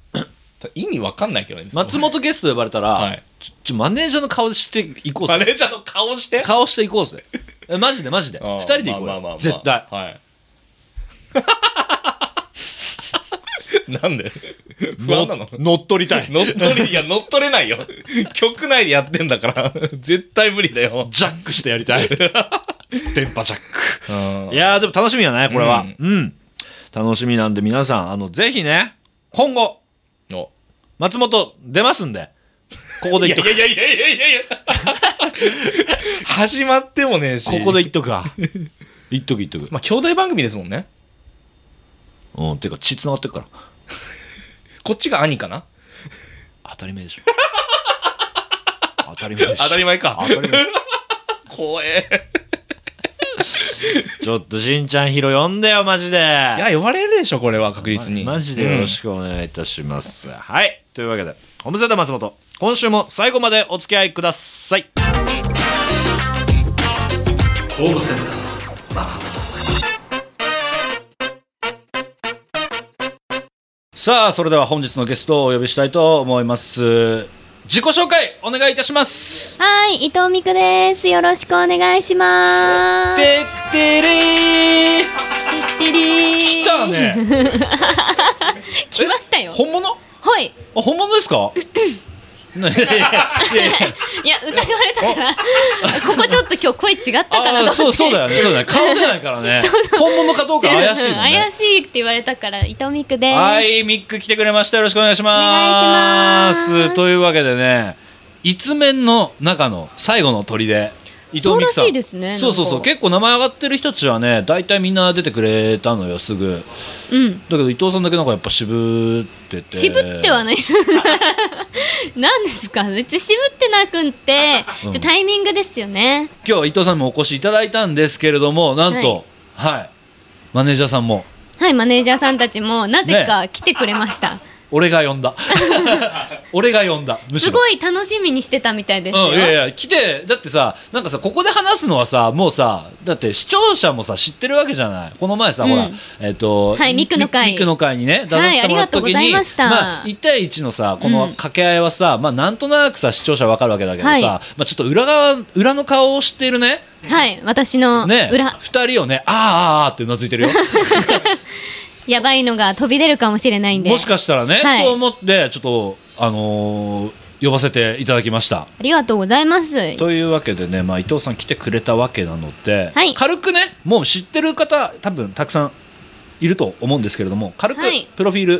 B: 意味わかんないけどね。
A: 松本ゲスト呼ばれたら、
B: はい
A: ちょちょマネージャーの顔していこう
B: マ
A: ぜ。
B: ネージャーの顔して。
A: 顔していこうぜ。えマジでマジで。
B: あー
A: 二人で行こう
B: まあまあまあま
A: よ
B: あ。
A: 絶対。
B: はい。な んで不安なの
A: の乗っ取りたい。
B: 乗っ取り、いや、乗っ取れないよ。局内でやってんだから、絶対無理だよ。
A: ジャックしてやり たい。電波ジャック。
B: うん
A: いやー、でも楽しみやね、これは
B: う。ん
A: うん。楽しみなんで、皆さん、あの、ぜひね、今後、
B: お
A: 松本出ますんで、ここで
B: い
A: 言っ
B: や
A: と
B: い
A: く。
B: やいやいやいやいやいや 始まってもねえし。
A: ここで言っとくわ。言っとく言っとく。
B: まあ、兄弟番組ですもんね。
A: うん、てか、血繋がってるから。
B: こっちが兄かな
A: 当たり前 でしょ。当たり前でしょ。
B: 当たり前か。
A: 当たり前。
B: 怖 え。
A: ちょっと、しんちゃんヒロ呼んでよ、マジで。
B: いや、呼ばれるでしょ、これは確実に。
A: マジでよろしくお願いいたします、はいというわけでホームセンター松本今週も最後までお付き合いください
E: ホームセンター松本
A: さあそれでは本日のゲストをお呼びしたいと思います自己紹介お願いいたします
F: はい、伊藤美久です。よろしくお願いします。
A: てってれー
F: てれー
A: 来た。ね
F: 来ましたよ。
A: 本物あ
F: はい。
A: 本物ですかねいやいやいやいや
F: いや、疑われたから。ここちょっと今日声違ったかな
A: あー
F: と思って。
A: そうそうだよねそうだね顔出ないから ね本物かどうか怪しいもんね
F: 怪しいって言われたから、伊藤美久です。
A: はい、ミック来てくれました。よろしくお願いします。
F: お願いします
A: というわけでね、一面の中の最後の砦で。伊藤
F: そう
A: 美
F: ら
A: 久さん
F: しいですね
A: そうそうそう
F: なんか
A: 結構名前上がってる人たちはね大体みんな出てくれたのよすぐだ
F: うん。
A: けど伊藤さんだけなんかやっぱ渋ってて
F: 渋ってはない。 何ですか別に渋ってなくんって、
A: うん
F: じゃあタイミングですよね。
A: 今日伊藤さんもお越しいただいたんですけれどもなんとはい、マネージャーさんも
F: はい、マネージャーさんたちもなぜか来てくれました。
A: 俺が呼ん だ俺が呼んだむし
F: す
A: ろ
F: ごい楽しみにしてたみたいです
A: う
F: よ。
A: ん、いやいや来てだってさなんかさここで話すのはさもうさだって視聴者もさ知ってるわけじゃないこの前さ、
F: うん
A: ほらえっ、と、
F: はいミクの会
A: ミクの会にね出させてもらった時に、
F: はいありがとうございました
A: あ1対1のさこ
F: う
A: の
F: ん
A: 掛け合いはさ、まあなんとなくさ視聴者わかるわけだけどさ、
F: はい
A: まあちょっと裏側裏の顔を知っているね
F: はい、私の
A: ね
F: 裏、
A: 二人をねあーあーあーってうなずい てるよ
F: やばいのが飛び出るかもしれないんで。
A: もしかしたらね、
F: はい
A: と思ってちょっとあのー呼ばせていただきました。
F: ありがとうございます。
A: というわけでね、まあ、伊藤さん来てくれたわけなので、
F: はい
A: 軽くねもう知ってる方多分たくさんいると思うんですけれども軽く
F: はい
A: プロフィール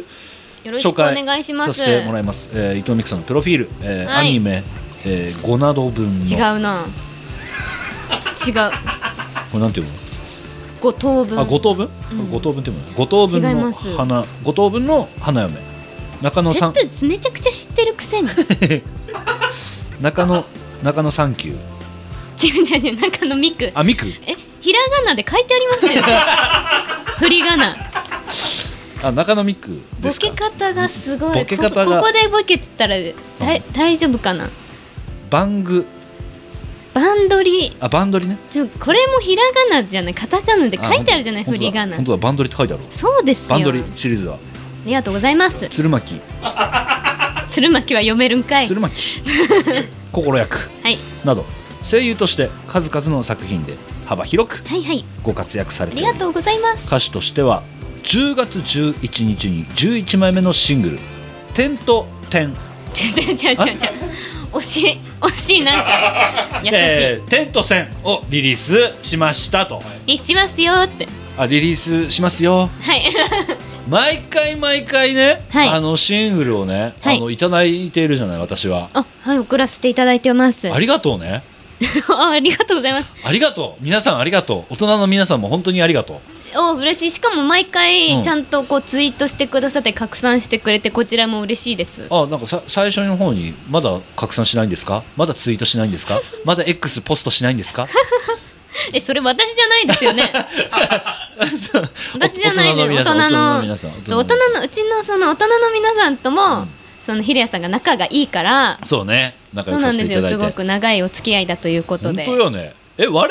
F: よろしく
A: 紹
F: お
A: 介
F: 願いしま
A: さ
F: す。
A: せてもらいます、えー伊藤美久さんのプロフィール、えー
F: はい
A: アニメ、えー、5など分の
F: 違うな。違う。
A: これなんていうの
F: 五等分。
A: あ五等分、
F: うん
A: 五等分っていうの五等分
F: 違
A: の
F: います
A: 花五等分の花嫁中野さん
F: 絶対めちゃくちゃ知ってるくせに。
A: 中野中野サンキュー
F: 違う違う違う、中のミク。
A: あミク
F: え、ひらがなで書いてあ りますよ。振り仮名。
A: あ中野ミクで
F: ボ
A: すか
F: ケ方がすごい。
A: ボケ方が
F: ここここでボケてたら、だい大丈夫かな。
A: バング
F: バンドリ。
A: あバンドリね
F: ちょ、これもひらがなじゃない、カタカナで書いてあるじゃない、振り仮名
A: 本。当だバンドリって書いてあるわ
F: そうですよ。
A: バンドリシリーズは
F: ありがとうございます。
A: 鶴巻
F: 鶴巻は読めるんかい。
A: 鶴 巻心役
F: はい、
A: など声優として数々の作品で幅広く
F: はい、はい。
A: ご活躍され
F: あ
A: て
F: り
A: い
F: が
A: る
F: とうございます。
A: 歌手としては10月11日に11枚目のシングル「点と点
F: ちゃちゃちゃちゃちゃ。惜しい、惜しい、なん か。」優しい。
A: えー点と線」をリリースしましたと、
F: えしますよって。
A: あリリースしますよ
F: はい。
A: 毎回毎回ね、
F: はい
A: あのシングルをね、
F: はい
A: い、あのいただいているじゃない私は、
F: あ、はい、送らせていただいてます。
A: ありがとうね
F: あありがとうございます。
A: ありがとう皆さんありがとう大人の皆さんも本当にありがとう
F: お嬉しいしかも毎
A: うん
F: 回ちゃんとこうツイートしてくださって拡散してくれてこちらも嬉しいです
A: あなんかさ最初の方にまだ拡散しないんですかまだツイートしないんですかまだ X ポストしないんですか
F: えそれ私じゃな いですよね 私じゃないで
A: 大人
F: す大人
A: の
F: の
A: 皆さん
F: そう大
A: 大人の皆さん
F: 人のうちのその大人の皆さんとも、そのひるやさんが仲がいいから
A: そうね仲良
F: そう
A: く
F: な
A: さ
F: ん
A: せて
F: です
A: いただ
F: よ
A: いて
F: すごく長いお付き合いだということ
A: 本
F: で
A: 当よねえ我々の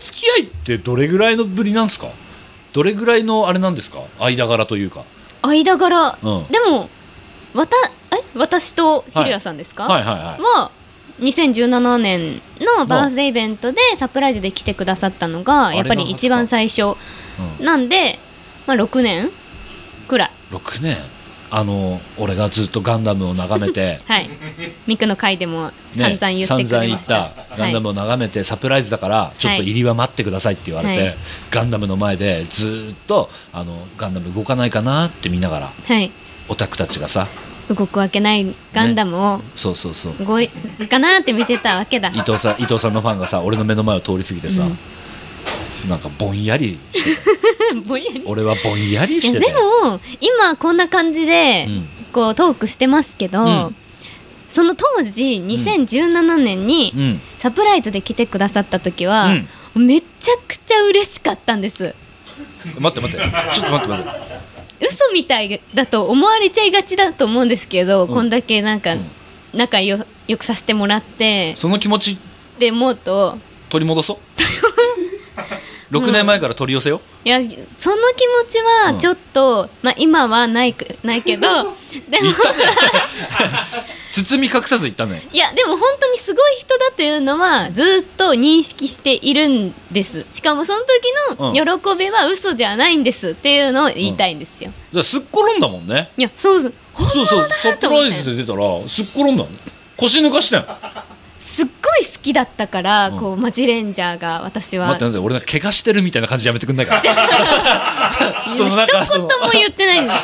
A: 付き合いってどれぐらいのぶりなんですかどれぐらいのあれなんですか間柄というか
F: 間柄、
A: うん
F: でもわたえ私とひるやさんですか、
A: はいはいはい
F: は2017年のバースデーイベントでサプライズで来てくださったのがやっぱり一番最初なんで、まあ、6年くらい
A: 6年あの俺がずっとガンダムを眺めて
F: はいミクの回でも
A: ね
F: 散々言ってく
A: 散々
F: れ
A: 言
F: ま
A: っ
F: した,、
A: たガンダムを眺めてサプライズだからちょっと入りは待ってくださいって言われて、
F: はい
A: ガンダムの前でずっとあのガンダム動かないかなって見ながら
F: はい、
A: オタクたちがさ
F: はい、動くわけないガンダムを
A: そうそうそう
F: 動いかなって見てたわけだ
A: 伊藤さん伊藤さんのファンがさ俺の目の前を通り過ぎてさ、なんかぼんやりして
F: ぼんやり
A: 俺はぼんやりし
F: い
A: て
F: や
A: て
F: でも今こんな感じで、
A: うん
F: こうトークしてますけど、
A: うん
F: その当時2017年に、
A: うん
F: サプライズで来てくださった時は、めちゃくちゃ嬉しかったんです
A: 待って待ってちょっと待って待って
F: 嘘みたいだと思われちゃいがちだと思うんですけど、こんだけなんか、仲よよくさせてもらって
A: その気持ち
F: って思うと
A: 取り戻 そう6年前から取り寄せよ
F: いやその気持ちはちょっと、まあ今はないくないけど でも
A: 包み隠さず言ったね
F: いやでも本当にすごい人だというのはずっと認識しているんですしかもその時の喜びは嘘じゃないんですっていうのを言いたいんです
A: だ
F: よ、
A: からすっ転んだもんね
F: いやそうそうほん
A: そうそうサプ
F: と思
A: ラ
F: って
A: イズで出たらすっ転んだの腰抜かしたよ
F: すっごい好きだったから、
A: うん
F: こうマジレンジャーが
A: 待
F: 私は
A: って待って俺なんか怪我してるみたいな感じやめてくんないから
F: 一
A: そ
F: 言
A: のなんかその
F: も言ってないのか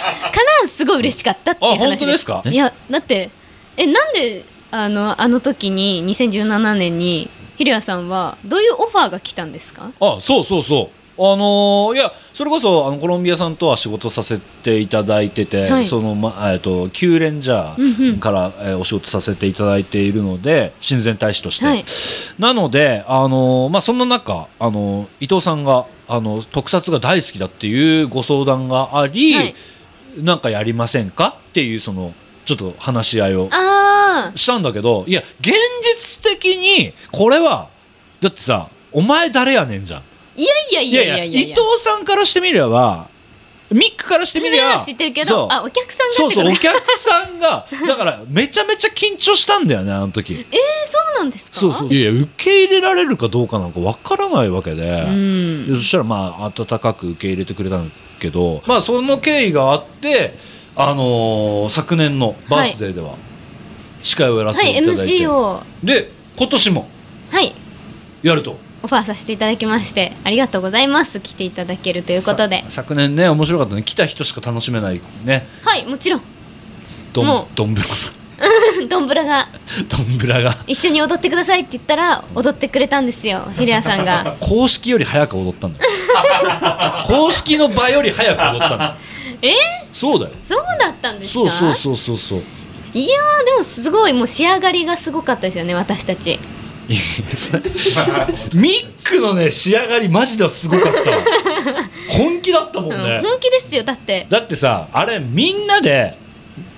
F: らすごい嬉しかったっていう話
A: あ本当ですか
F: いやだってえなんであのあの時に2017年にひりやさんはどういうオファーが来たんですか
A: あそうそうそうあのーいやそれこそあのコロンビアさんとは仕事させていただいてて、
F: はい
A: その、まえー、と Q レンジャ
F: うんう
A: ー
F: ん
A: から、えーお仕事させていただいているので親善大使として、
F: はい
A: なので、あのーまあ、そんな中、あのー伊藤さんが、あのー特撮が大好きだっていうご相談があり、
F: はい
A: なんかやりませんかっていうそのちょっと話し合いを
F: あー
A: したんだけどいや現実的にこれはだってさお前誰やねんじゃん。
F: いやいやいやいやいや
A: 伊藤さんからしてみればミックからしてみ
F: みん
A: れ
F: な
A: ば
F: は知ってるけ
A: そ
F: ど
A: う
F: あお客さんが
A: そう
F: ってこ
A: そう
F: と
A: お
F: ね
A: 客さんがだからめちゃめちゃ緊張したんだよねあの時。
F: そうなんですか
A: そうそういやいや受け入れられるかどうかなんかわからないわけで、
F: うん
A: そしたらまあ温かく受け入れてくれたんだけどまあその経緯があって、あのー昨年のバースデーでは司会をやらせ
F: は
A: てい
F: い
A: ただいて、
F: MC を
A: で今年も
F: はい
A: やると
F: オファーさせていただきましてありがとうございます来ていただけるということで
A: さ昨年ね面白かったね来た人しか楽しめないね
F: はいもちろん
A: どん
F: もう
A: どんぶら
F: どんぶらが
A: どんぶらが
F: 一緒に踊ってくださいって言ったら踊ってくれたんですよひりやさんが
A: 公式より早く踊ったんだよ公式の場より早く踊ったんだよ
F: え
A: そうだよ
F: そうだったんですか
A: そうそうそうそうそう
F: いやーでもすごいもう仕上がりがすごかったですよね私たち
A: いやさミックのね仕上がりマジですごかったわ本気だったもん
F: うん
A: ね、
F: 本気ですよだって
A: だってさあれみんなで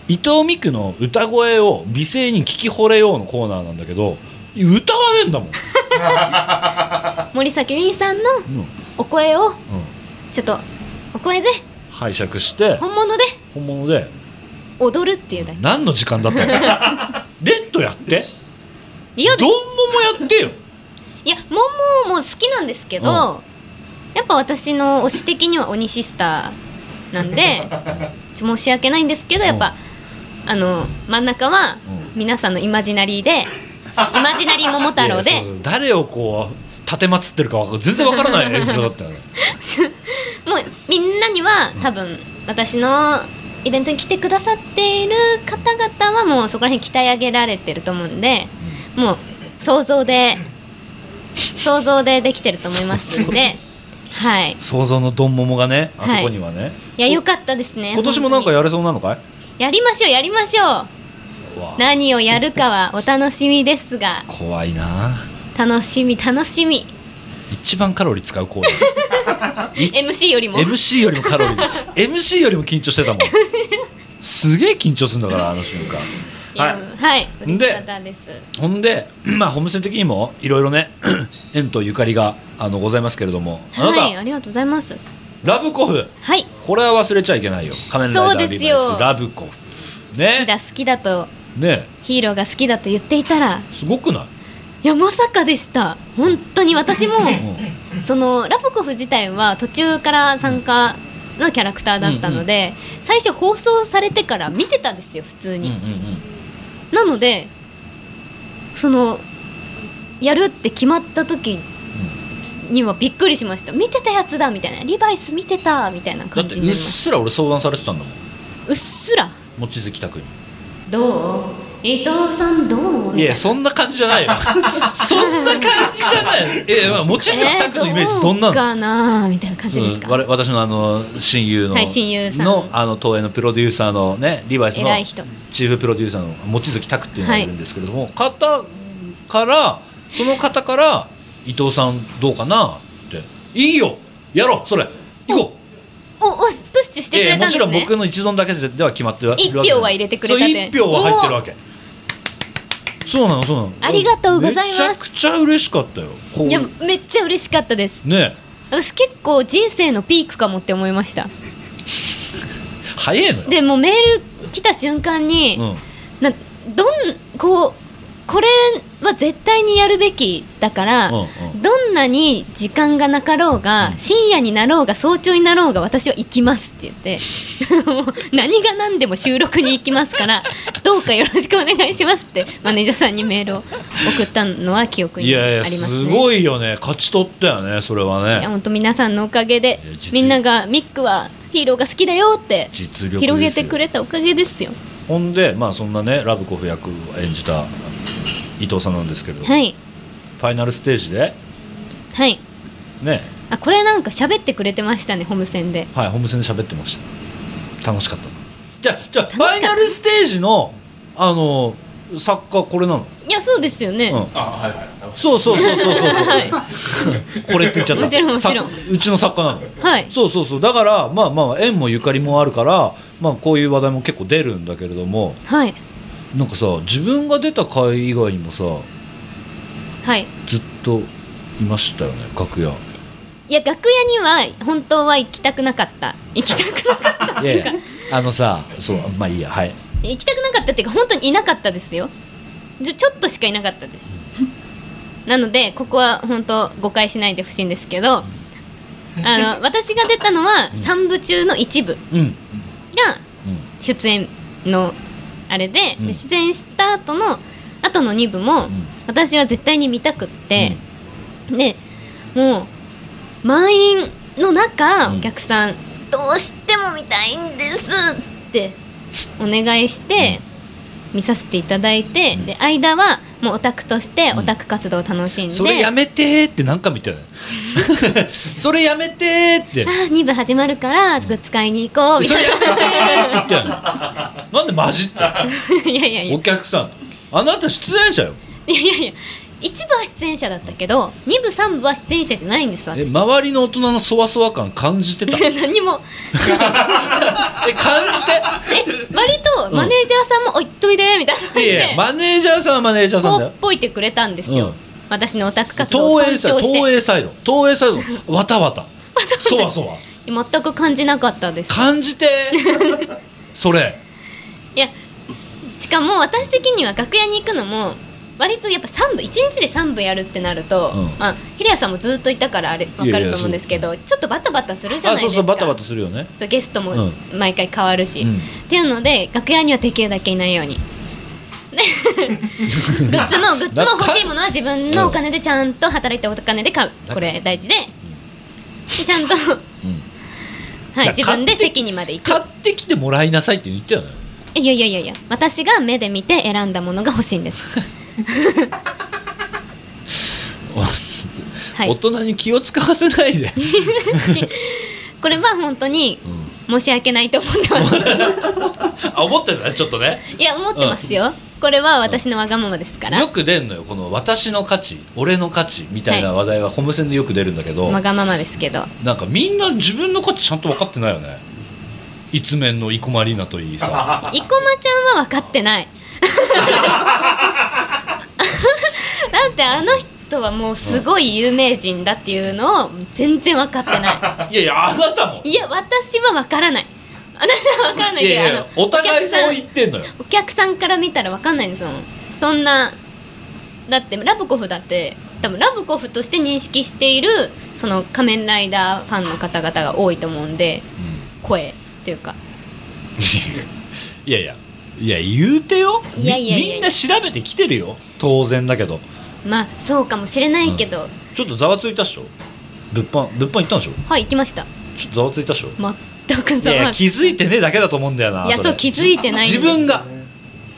A: 伊藤美久の歌声を美声に聞き惚れようのコーナーなんだけど歌わねえんだもん、
F: 森崎ウィンさんの
A: うん
F: お声
A: う
F: を
A: ん
F: ちょっとお声で
A: 拝借して
F: 本物で
A: 本物で
F: 踊るっていうだけ
A: 何の時間 だったのレッドやって
F: いや
A: ドンモもやって よ
F: いやモンモンも好きなんですけど、
A: うん
F: やっぱ私の推し的には鬼シスターなん でちょ申し訳ないんですけどやっぱ、あの真ん中は
A: う
F: 皆さんのイマジナリーで、イマジナリー桃太郎で
A: いやいやそうそう誰をこう立てまつってるかわか全然わからない映像だったよね
F: もうみんなには多分私のイベントに来てくださっている方々はもうそこら辺鍛え上げられてると思うんで、もう想像で想像でできてると思いますんではいい
A: 想像のドンモモがねあそこにはね、
F: やよかったですね
A: 今年もなんか
F: 本
A: やれそうなのかい
F: 当にやりましょうやりましょう何をやるかはお楽しみですが
A: 怖いな
F: 楽しみ楽しみ
A: 一番カロリー使うコーナ
F: MC より も
A: ー MC よりもカロリ ー MC よりも緊張してたもんすげえ緊張するんだからあの瞬間
F: いやはい
A: で
F: 嬉しかったです
A: ほんで、 まあ、ホームセン的にもいろいろね 縁とゆかりがあのございますけれどもあなた、
F: はいありがとうございます
A: ラブコフ
F: はい
A: これは忘れちゃいけないよ仮面ライダーリバイ
F: そうです
A: ス
F: よ
A: ラブコフ
F: 好き
A: ね
F: だ好きだと
A: ね
F: ヒーローが好きだと言っていたら
A: すごくない
F: いやまさかでした本当に私もそのラブコフ自体は途中から参加のキャラクターだったので、最初放送されてから見てたんですよ普通に、なのでそのやるって決まった時にはびっくりしました見てたやつだみたいなリバイス見てたみたいな
A: だっ
F: 感
A: て
F: じにな
A: うっ
F: ります
A: すら俺相談されてたんだもん
F: うっすら
A: 望月拓に
F: どう伊藤さんどう
A: いやそんな感じじゃ ないよそんな感じじゃないいやまあ望月拓のイメージどんな
F: え
A: の、
F: ーどうかなみたいな感じですか、
A: うんわれ私のあの親友の,、
F: はい親友さん
A: のあの東映のプロデューサーのねリバイスの
F: 偉い人
A: チーフプロデューサーの望月拓っていうのがいるんですけれども、方からその方から「伊藤さんどうかな?」って「いいよやろうそれ行こう!」
F: おおプッシュしてく
A: ええ
F: れ
A: も
F: たんで
A: ち
F: す
A: ろん
F: ね、
A: 僕の一存だけでは決まってるわけ
F: 一票は入れてくれた
A: そう
F: って
A: 一票は入ってるわけそうなのそうなの
F: ありがとうございます
A: めちゃくちゃ嬉しかったよこう
F: いやめっちゃ嬉しかったです
A: ね
F: 私結構人生のピークかもって思いました
A: え早いのよ、
F: でもうメール来た瞬間に、
A: うん、
F: などんこうこれは絶対にやるべきだから、
A: うん
F: どんなに時間がなかろうが、深夜になろうが早朝になろうが私は行きますって言 ってもう何が何でも収録に行きます からどうかよろしくお願いしますってマネージャーさんにメールを送ったのは記憶
A: い
F: にあ
A: やい
F: り
A: や
F: ますね。
A: すごいよね勝ち取ったよねそれはい
F: や
A: ね
F: 本当皆さんのおかげで
A: いや実
F: みんながミックはヒーローが好きだよって
A: 実力ですよ
F: 広げてくれたおかげですよ。
A: ほんでまあそんなねラブコフ役を演じた伊藤さんなんですけれど、
F: はい
A: ファイナルステージで
F: はい。
A: ね
F: あこれなんか喋ってくれてましたねホームセンで。
A: はいホームセンで喋ってました楽しかったじゃあじゃあファイナルステージのあの作家これなの
F: いやそうですよね。
A: うん
B: あはいはい
A: そうそうそうそうそうそう。これって言っちゃった。
F: もちろんもちろ
A: さ
F: ん
A: うちの作家なの。
F: はい。
A: そうそうそう。だからまあまあ縁もゆかりもあるから、まあこういう話題も結構出るんだけれども、
F: はい
A: なんかさ自分が出た回以外にもさ
F: はい。
A: ずっといましたよね楽屋。
F: いや楽屋には本当は行きたくなかった行きたく なかった
A: いやいやあのさそうまあいいやはい。
F: 行きたくなかったっていうか本当にいなかったですよちょちょっとしかいなかったですなのでここは本当誤解しないでほしいんですけどあの私が出たのは3部中の一部
A: うん
F: が
A: うん
F: 出演のあれで,で、
A: うん
F: 出演した後の後の2部も
A: ん
F: 私は絶対に見たくって、でもう満員の中、
A: うん
F: お客さんどうしても見たいんですってお願いして。見させていただいて、で間はもうオタクとしてオタク活動を楽しんで、
A: それやめてーってなんか見 てない。それやめてーって。
F: あ2部始まるからグッズ買いに行こうみ
A: そ
F: た
A: れ
F: い
A: やめてーって言ってんのなんでマジって。
F: な いやいやいや
A: お客さんあなた出演者よ
F: いやいやいや一部は出演者だったけど二部三部は出演者じゃないんです
A: え
F: 私、
A: 周りの大人のそわそわ感感じてたえ
F: 何も
A: 感じ
F: え割とマネージャーさんも「おいっといで」みたいな感
A: て
F: じ
A: いやい
F: で
A: やマネージャーさんはマネージャーさん
F: こ
A: だ
F: う
A: よ
F: っぽいてくれたんですよ、
A: うん
F: 私のオタク活動を
A: 東
F: 尊
A: 映サイ
F: 重
A: ド東
F: し
A: 映サイド東映
F: て
A: サイドのわたわたそわそわ
F: 全く感じなかったです
A: 感 じてそれ
F: いやしかも私的には楽屋に行くのも割とやっぱ3部1日で3部やるってなると、
A: うん
F: まあ、平谷さんもずっといたからあれ分
A: いや
F: か
A: い
F: る
A: や
F: と思うんですけどちょっとバタバタするじゃ
A: あ
F: ない
A: そ
F: で
A: うそ
F: すか
A: うバタバタするよね
F: そうゲストも
A: うん
F: 毎回変わるし、
A: うん
F: っていうので楽屋にはできるだけいないように でグッズもグッズも欲しいものは自分のお金でちゃんと働いたお金で買うこれ大事ででちゃんと、はい、
A: だから
F: 自分で席にまで行く
A: 買ってきてもらいなさいって言ったよね
F: いやいやいやいや私が目で見て選 んだものが欲しいんです
A: お
F: はい
A: 大人に気を使わせない で
F: これは本当に申し訳ないと思って ます、
A: あ思ってたちょっとね
F: いや思ってますよ、これは私のわがままですから
A: よく出るのよこの私の価値俺の価値みたいな話題はホームセンでよく出るんだけど、
F: わがままですけど
A: なんかみんな自分の価値ちゃんと分かってないよね一面の生駒里奈といい さ
F: 生駒ちゃんは分かってない だってあの人はもうすごい有名人だっていうのを全然分かってない
A: やいやあなた も
F: いいや私は分からない あなたは分からない
A: い
F: けど
A: やいや
F: あの
A: お互いそう
F: お客さ
A: 言ってんのよ
F: んお客さんから見たら分かんないんですもんそんなだってラブコフだって多分ラブコフとして認識しているその仮面ライダーファンの方々が多いと思うんで、声っていうか
A: いやいやいや言うてよみ
F: いやいやいやいや
A: みんな調べてきてるよ当然だけど
F: まあそうかもしれないけど、
A: ちょっとざわついたっしょ物販物販行ったんでしょ
F: はい行きました
A: ちょっとざわついたっしょ
F: 全く
A: い
F: ざ
A: やい
F: わ
A: や気づいてねえだけだと思うんだよない
F: や
A: れ
F: そう気づいてない
A: 自分が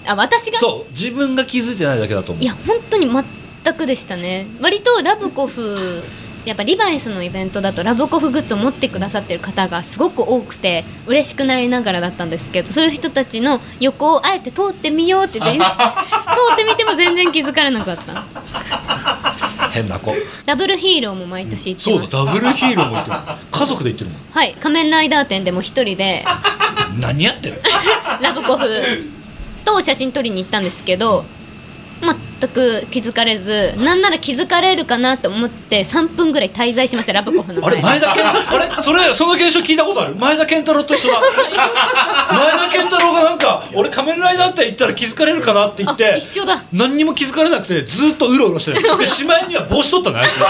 F: あ私が
A: そう自分が気づいてないだけだと思う
F: いや本当に全くでしたね割とラブコフやっぱリバイスのイベントだとラブコフグッズを持ってくださってる方がすごく多くて嬉しくなりながらだったんですけどそういう人たちの横をあえて通ってみようっ て全通ってみても全然気づかれなかった
A: 変な子
F: ダブルヒーローも毎年行ってます
A: ダブルヒーローも言ってる家族で言ってるも
F: はい仮面ライダー展でも一人で
A: ん何やってる
F: ラブコフと写真撮りに行ったんですけど全く気づかれずなんなら気づかれるかなと思って3分ぐらい滞在しましたラブコフの
A: あれ前田健あれそれその現象聞いたことある前田健太郎と一緒 だ前田健太郎がなんか俺仮面ライダーって言ったら気づかれるかなって言
F: あ
A: って
F: 一緒だ
A: 何にも気づかれなくてずっとうろうろして るでしまいには帽子取ったのあいつ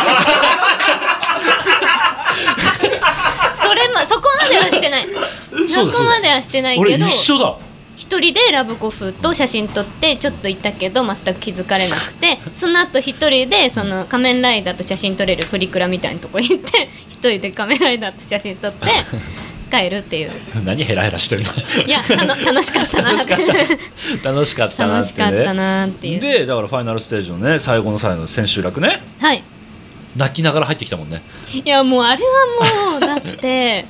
F: それまそこまではしてない
A: そう
F: そ
A: だ
F: こまではしてない
A: 俺
F: けど
A: 一緒だ
F: 一人でラブコフと写真撮ってちょっといたけど全く気づかれなくてその後一人でその仮面ライダーと写真撮れるプリクラみたいなとこ行って 一人で仮面ライダーと写真撮って帰るっていう
A: 何ヘラヘラしてるの
F: いやたの楽しかったな
A: 楽
F: っ
A: しか
F: て
A: った楽しかったな
F: 楽
A: っ
F: してか
A: ね
F: ったなっていう
A: でだからファイナルステージのね最後の最後の千秋楽ね
F: はい
A: 泣きながら入ってきたもんね
F: いやもうあれはもうだ って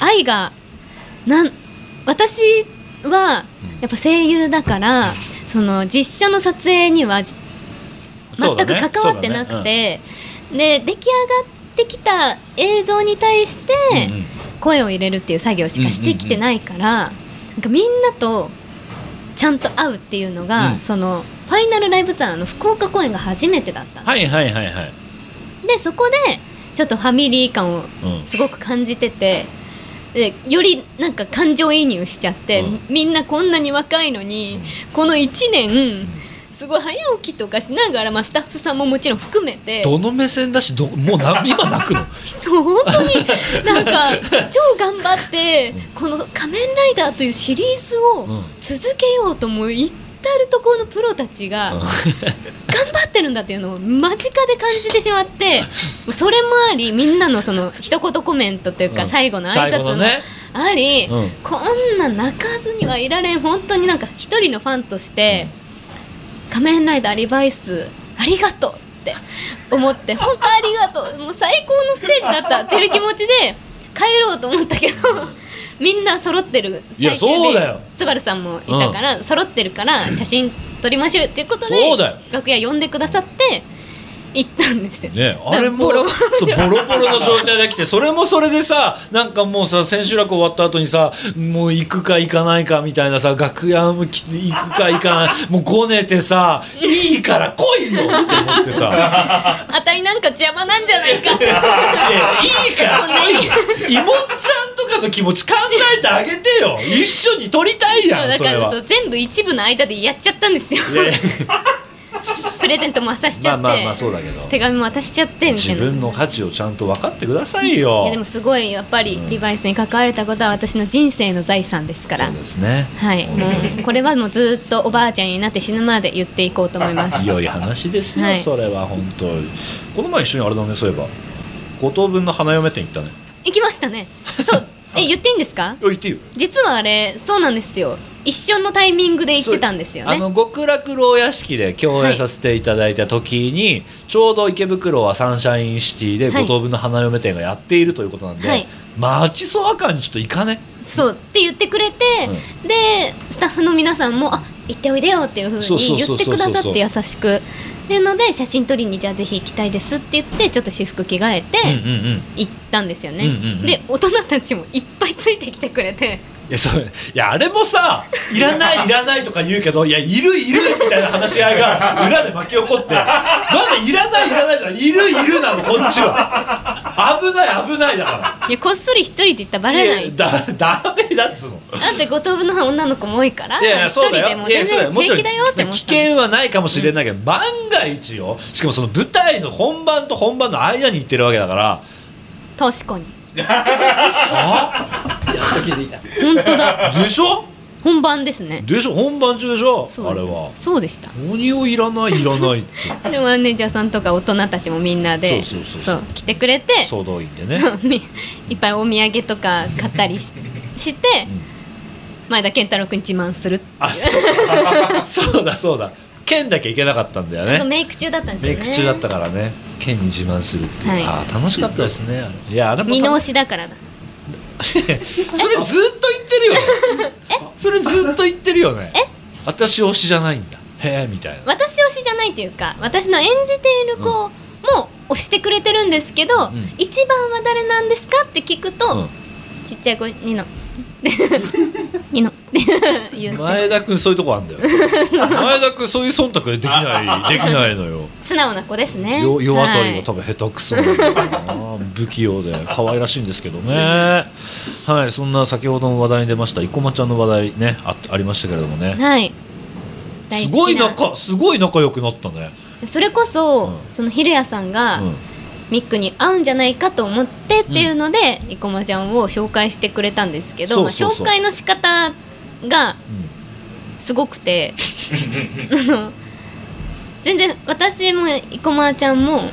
F: 愛がなん私はやっぱ声優だからその実写の撮影にはじ
A: そ
F: 全
A: うだ
F: く
A: ね
F: 関わってなくて、で出来上がってきた映像に対して
A: そうだねうんうんうん
F: 声を入れるっていう作業しかしてきてないから、なんかみんなとちゃんと会うっていうのが、
A: うん
F: そのファイナルライブツアーの福岡公演が初めてだったんです
A: はいはいはいはい、
F: でそこでちょっとファミリー感を
A: うん、
F: すごく感じててでよりなんか感情移入しちゃって、
A: うん
F: みんなこんなに若いのに、この1年すごい早起きとかしながら、まあ、スタッフさんももちろん含めて
A: どの目線だしどもう な今泣くの
F: そう本当 になんか超頑張ってこの「仮面ライダー」というシリーズを
A: うん
F: 続けようともう至るところのプロたちが頑張ってるんだっていうのを 間近で感じてしまってそれもありみんなのその一言コメントという
A: う
F: か
A: ん
F: 最後の挨
A: 最後
F: 拶
A: の
F: も
A: ね、
F: あり、
A: うん
F: こんなん泣かずにはいられん本当になんか一人のファンとして「仮面ライダーリバイスありがとう」って 思って「本当ありがとうもう最高のステージだった」っていう気持ちで帰ろうと思ったけどみんな揃ってる
A: いや
F: 最終日
A: そうだよ
F: スバルさんもいたから、揃ってるから写真撮りましょうっていうことで
A: そうだよ
F: 楽屋呼んでくださって行ったんですよ。
A: ね、あれも
F: ボロボロ
A: そうボロボロの状態で来てそれもそれでさなんかもうさ千秋楽終わった後にさもう行くか行かないかみたいなさ楽屋もき行くか行かないもうこねてさいいから来いよって思って さ
F: あたいなんか邪魔なんじゃないかって
A: いやいいから
F: こんないい
A: 妹ちゃんとかの気持ち考えてあげてよ一緒に撮りたい
F: そう
A: やん
F: だ
A: そ
F: か
A: れ
F: ら
A: は
F: そう。全部一部の間でやっちゃったんですよ
A: いやいや
F: プレゼントも渡しちゃって、
A: まあまあまあそうだけど
F: 手紙も渡しちゃってみた
A: 自
F: いな
A: 分の価値をちゃんと分かってくださいよ
F: いやでもすごいやっぱりリバイスに関われたことは私の人生の財産ですから
A: そうですね
F: はいもうこれはもうずっとおばあちゃんになって死ぬまで言っていこうと思いま す
A: 良い話ですよ、
F: はい
A: それは本当にこの前一緒にあれだねそういえば五等分の花嫁店行ったね
F: 行きましたねそうえ言っていいんですか
A: いや行っていいよ
F: 実はあれそうなんですよ一緒のタイミングで行ってたんですよ
A: あ
F: ね
A: の極楽牢屋敷で共演させていただいた時に、ちょうど池袋はサンシャインシティで
F: はい
A: 五等分の花嫁店がやっているということなんで、
F: はい
A: マチソワ館にちょっと行かね
F: そうって言ってくれて、でスタッフの皆さんも「あ行っておいでよ」っていう風
A: そうそう
F: に
A: そ
F: 言
A: う
F: って
A: そう
F: くださっ
A: そう
F: て優しくっていうので写真撮りにじゃあぜひ行きたいですって言ってちょっと私服着替えて
A: うんうんうん
F: 行ったんですよね、
A: うんうんうん
F: で大人たちもいっぱいついてきてくれ て
A: いやそういやあれもさいらないいらないとか言うけどいやいるいるみたいな話し合いが裏で巻き起こってなんでいらないいらないじゃんいるいるなのこっちは危ない危ないだか
F: いやこっそり一人で行ったらバ
A: ら
F: レない
A: やだダメだっつうの
F: だって五等分の女の子も多いから
A: いやいや
F: 一
A: そう
F: 人
A: だよ
F: でも
A: いや
F: 全
A: そうだよ
F: 然
A: もちろん
F: 平気だよって思っ
A: 危
F: たの
A: 険はないかもしれないけど、万が一よしかもその舞台の本番と本番の間に行ってるわけだから
F: 確かに
A: あ
F: 本 当だ
A: でしょ
F: 本番ですね
A: でしょ本番中でしょ
F: そう
A: あ
F: で
A: れ
F: すね
A: は
F: そうでした
A: 鬼をいらないいらないって
F: でマネージャーさんとか大人たちもみんなで
A: そうそうそうそう
F: 来てくれて
A: 総動員でね
F: みいっぱいお土産とか買ったりしして、前田健太郎君自慢するっていう
A: あそうそう そうそうだそうだ剣だけいけなかったんだよ
F: そう
A: ね
F: メイク中だったんです
A: メ
F: よ
A: イ
F: ね
A: ク中だったからね剣に自慢するっていう、
F: はい
A: あー楽しかったですねあれいやあれも
F: 二の
A: 楽
F: 押
A: し
F: しだからだ
A: それずっと言ってるよねそれずっと言ってるよね私推しじゃないんだへえみたいな
F: 私推しじゃないというか私の演じている子も推してくれてるんですけど、
A: ん
F: 一番は誰なんですかって聞くと、
A: うん
F: ちっちゃい子 にのにのって言って
A: 前田君そういうとこあんだ よ前田君そういう忖度できないできないのよ
F: 素直な子ですね
A: よ世渡り
F: は
A: が
F: い
A: 多分下手くそなんだよな不器用で可愛らしいんですけどねはいそんな先ほどの話題に出ました生駒ちゃんの話題ねあありましたけれどもね
F: はい大
A: す
F: 好
A: ご
F: き
A: い
F: な
A: 仲すごい仲良くなったね、
F: それこそ、
A: うん
F: そのひるやさんが、
A: うん、
F: ミックに合うんじゃないかと思ってっていうので、生駒ちゃんを紹介してくれたんですけど
A: そうそうそう
F: まあ紹介の仕方がすご くて、あの全然私も生駒ちゃんも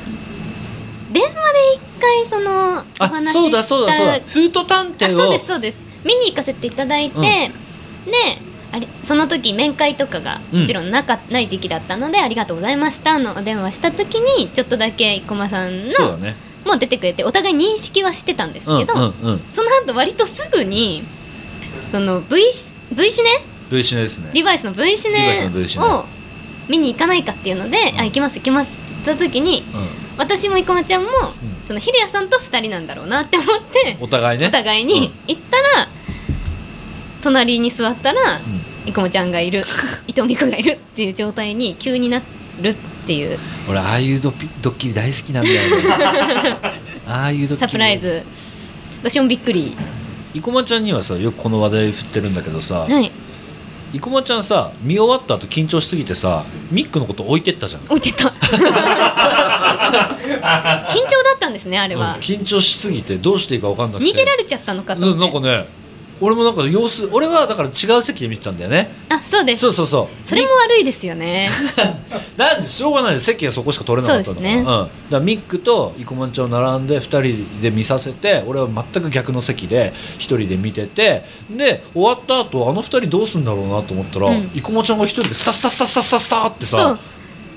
F: 電話で一回そのお
A: あ
F: 話しした
A: そうだそうだそうだフート探
F: あ
A: 偵
F: そう
A: を
F: ですそうです見に行かせていただいて、
A: うん
F: であれその時面会とかが
A: うん
F: もちろんなか、ない時期だったので「ありがとうございました」のお電話した時にちょっとだけ生駒さん
A: そうだ
F: の
A: ね
F: もう出てくれてお互い認識はしてたんです
A: うんう
F: け
A: ん
F: ど、
A: うん
F: その後割とすぐにその V, v シネ
A: V シネですね
F: リバイスの V シ
A: リバイス
F: ネ
A: の V シネ
F: を見に行かないかっていうので「
A: ん
F: あ行きます行きます」って言った時に
A: う
F: 私も生駒ちゃんも、
A: ん
F: そのひるやさんと2人なんだろうなって思って
A: ん、お互いね
F: お互いに行ったら、隣に座ったら、
A: ん
F: 生駒ちゃんがい る伊藤美子がいるっていう状態に急になるっていう
A: 俺ああいうドピドッキリ大好きなんだよ ねああいうドッキリ
F: サプライズ私もびっくり
A: 生駒ちゃんにはさよくこの話題振ってるんだけどさ
F: はい
A: 生駒ちゃんさ見終わった後緊張しすぎてさミックのこと置いてったじゃん
F: 置いて た緊張だったんですねあれは
A: うん、緊張しすぎてどうしていいか分かんなくて
F: 逃げられちゃったのかと
A: うんなんかね俺もなんか様子俺はだから違う席で見てたんだよね
F: あそうです
A: そうそうそ
F: それも悪いですよね
A: うなんでしょうがないよ席がそこしか取れなかったんだから
F: そうですね
A: ん、だからミックと生駒ちゃんを並んで2人で見させて俺は全く逆の席で1人で見ててで終わった後あの2人どうすんだろうなと思ったら、
F: うん
A: 生駒ちゃんが1人でスタスタスタスタスタスタって
F: そ
A: さ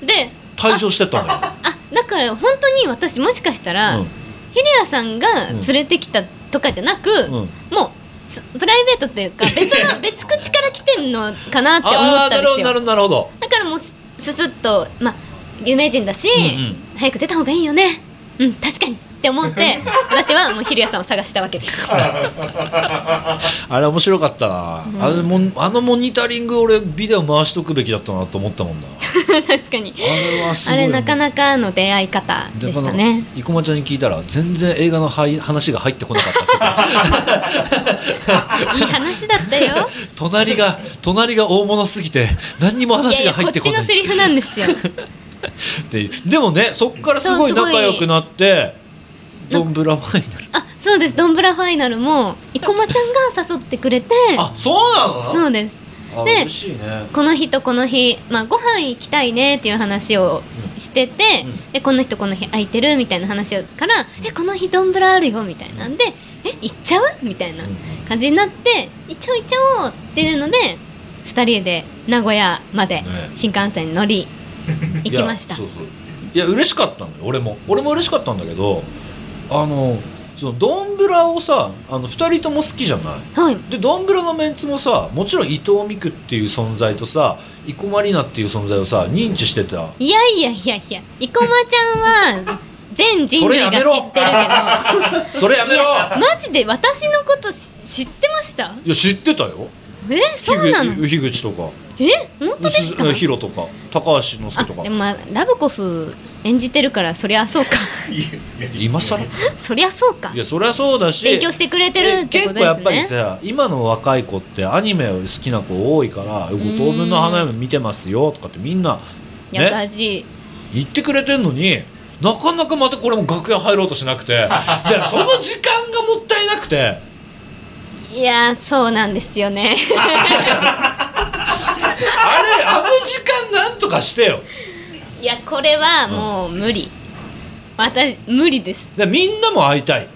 F: うで
A: 退場してったんだよ
F: あだから本当に私もしかしたら、
A: うん
F: ヒレアさんが連れてきたとかじゃなく、
A: ん
F: もうすプライベートっていうか 別の別口から来てんのかなって思
A: あ
F: っ
A: あ
F: たんです
A: ーなるほどなるほ
F: よ
A: どなるほど
F: だからもうすすすっとまあ有名人だし、
A: ん
F: 早く出た方がいいよねうん確かにって思って 私はもうヒレアさんを探したわけです
A: あれ面白かったな、あれもあのモニタリング俺ビデオ回しとくべきだったなと思ったもんな
F: 確かに
A: あれはすごい
F: あれなかなかの出会い方でしたね
A: 生駒ちゃんに聞いたら全然映画のはい話が入ってこなかったって 言って
F: いい話だ ったよ
A: た隣が隣が大物すぎて何にも
F: いや
A: 話
F: い
A: が
F: やこ
A: 入っ
F: って
A: こ
F: ち
A: な
F: の
A: い
F: セリフなんですよ
A: ってでもねそっからすごい
F: そうすごい
A: 仲良くなってドンブラファイナル
F: あそうですドンブラファイナルも生駒ちゃんが誘ってくれて
A: あそうなの
F: そうです
A: あ
F: で
A: 嬉しいね
F: この日とこの日、まあ、ご飯行きたいねっていう話をしてて、でこの日とこの日空いてるみたいな話をから「えこの日どんぶらあるよ」みたいなんで「え行っちゃう?」みたいな感じになって「行っちゃおう行っちゃおう」っていうので2人で名古屋まで
A: ね
F: 新幹線 乗り行きました
A: いやそうそういや嬉しかったのよ俺も俺も嬉しかったんだけどあのそのドンブラをさあの2人とも好きじゃない
F: はい
A: でドンブラのメンツもさもちろん伊藤美久っていう存在とさ生駒里奈っていう存在をさ認知してた
F: いやいやいやいや生駒ちゃんは 全人類が知ってるけどい
A: それや めろ
F: やマジで私のことし知ってました
A: いや知ってたよ
F: えそうなの
A: 樋口とか
F: え本当ですか
A: うすヒロとか高橋の
F: あ
A: 輔とか
F: でも、まあ、ラブコフ演じてるからそり ゃそうか
A: 今更
F: そりゃそうか
A: いやそりゃそうだし
F: 勉強してくれてるってこ
A: 結構
F: とで
A: やっ
F: す
A: ぱり
F: ね
A: さ今の若い子ってアニメ好きな子多いから「5等分の花嫁見てますよ」とかってみんなね
F: 優しい
A: 言ってくれてんのになかなかまたこれも楽屋入ろうとしなくて でその時間がもったいなくて
F: いやそうなんですよね
A: あれあの時間なんとかしてよ
F: いやこれはもう無理、私無理です
A: でみんなも会いたい、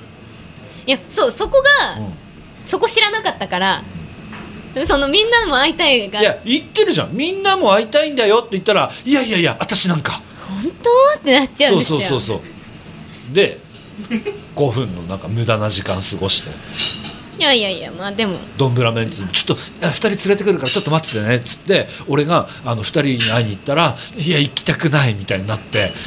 F: いやそうそこが、
A: うん
F: そこ知らなかったからそのみんなも会いたいが
A: いや言ってるじゃんみんなも会いたいんだよって言ったら「いやいやいや私なんか」
F: 本当ってなっちゃうん
A: そう
F: です
A: そ
F: よ
A: うそうそうで5分のなんか無駄な時間過ごして
F: いやいやいやまあでも
A: ドンブラメンツにちょっとあ二人連れてくるからちょっと待っててね」っつって俺があの二人に会いに行ったら「いや行きたくない」みたいになって「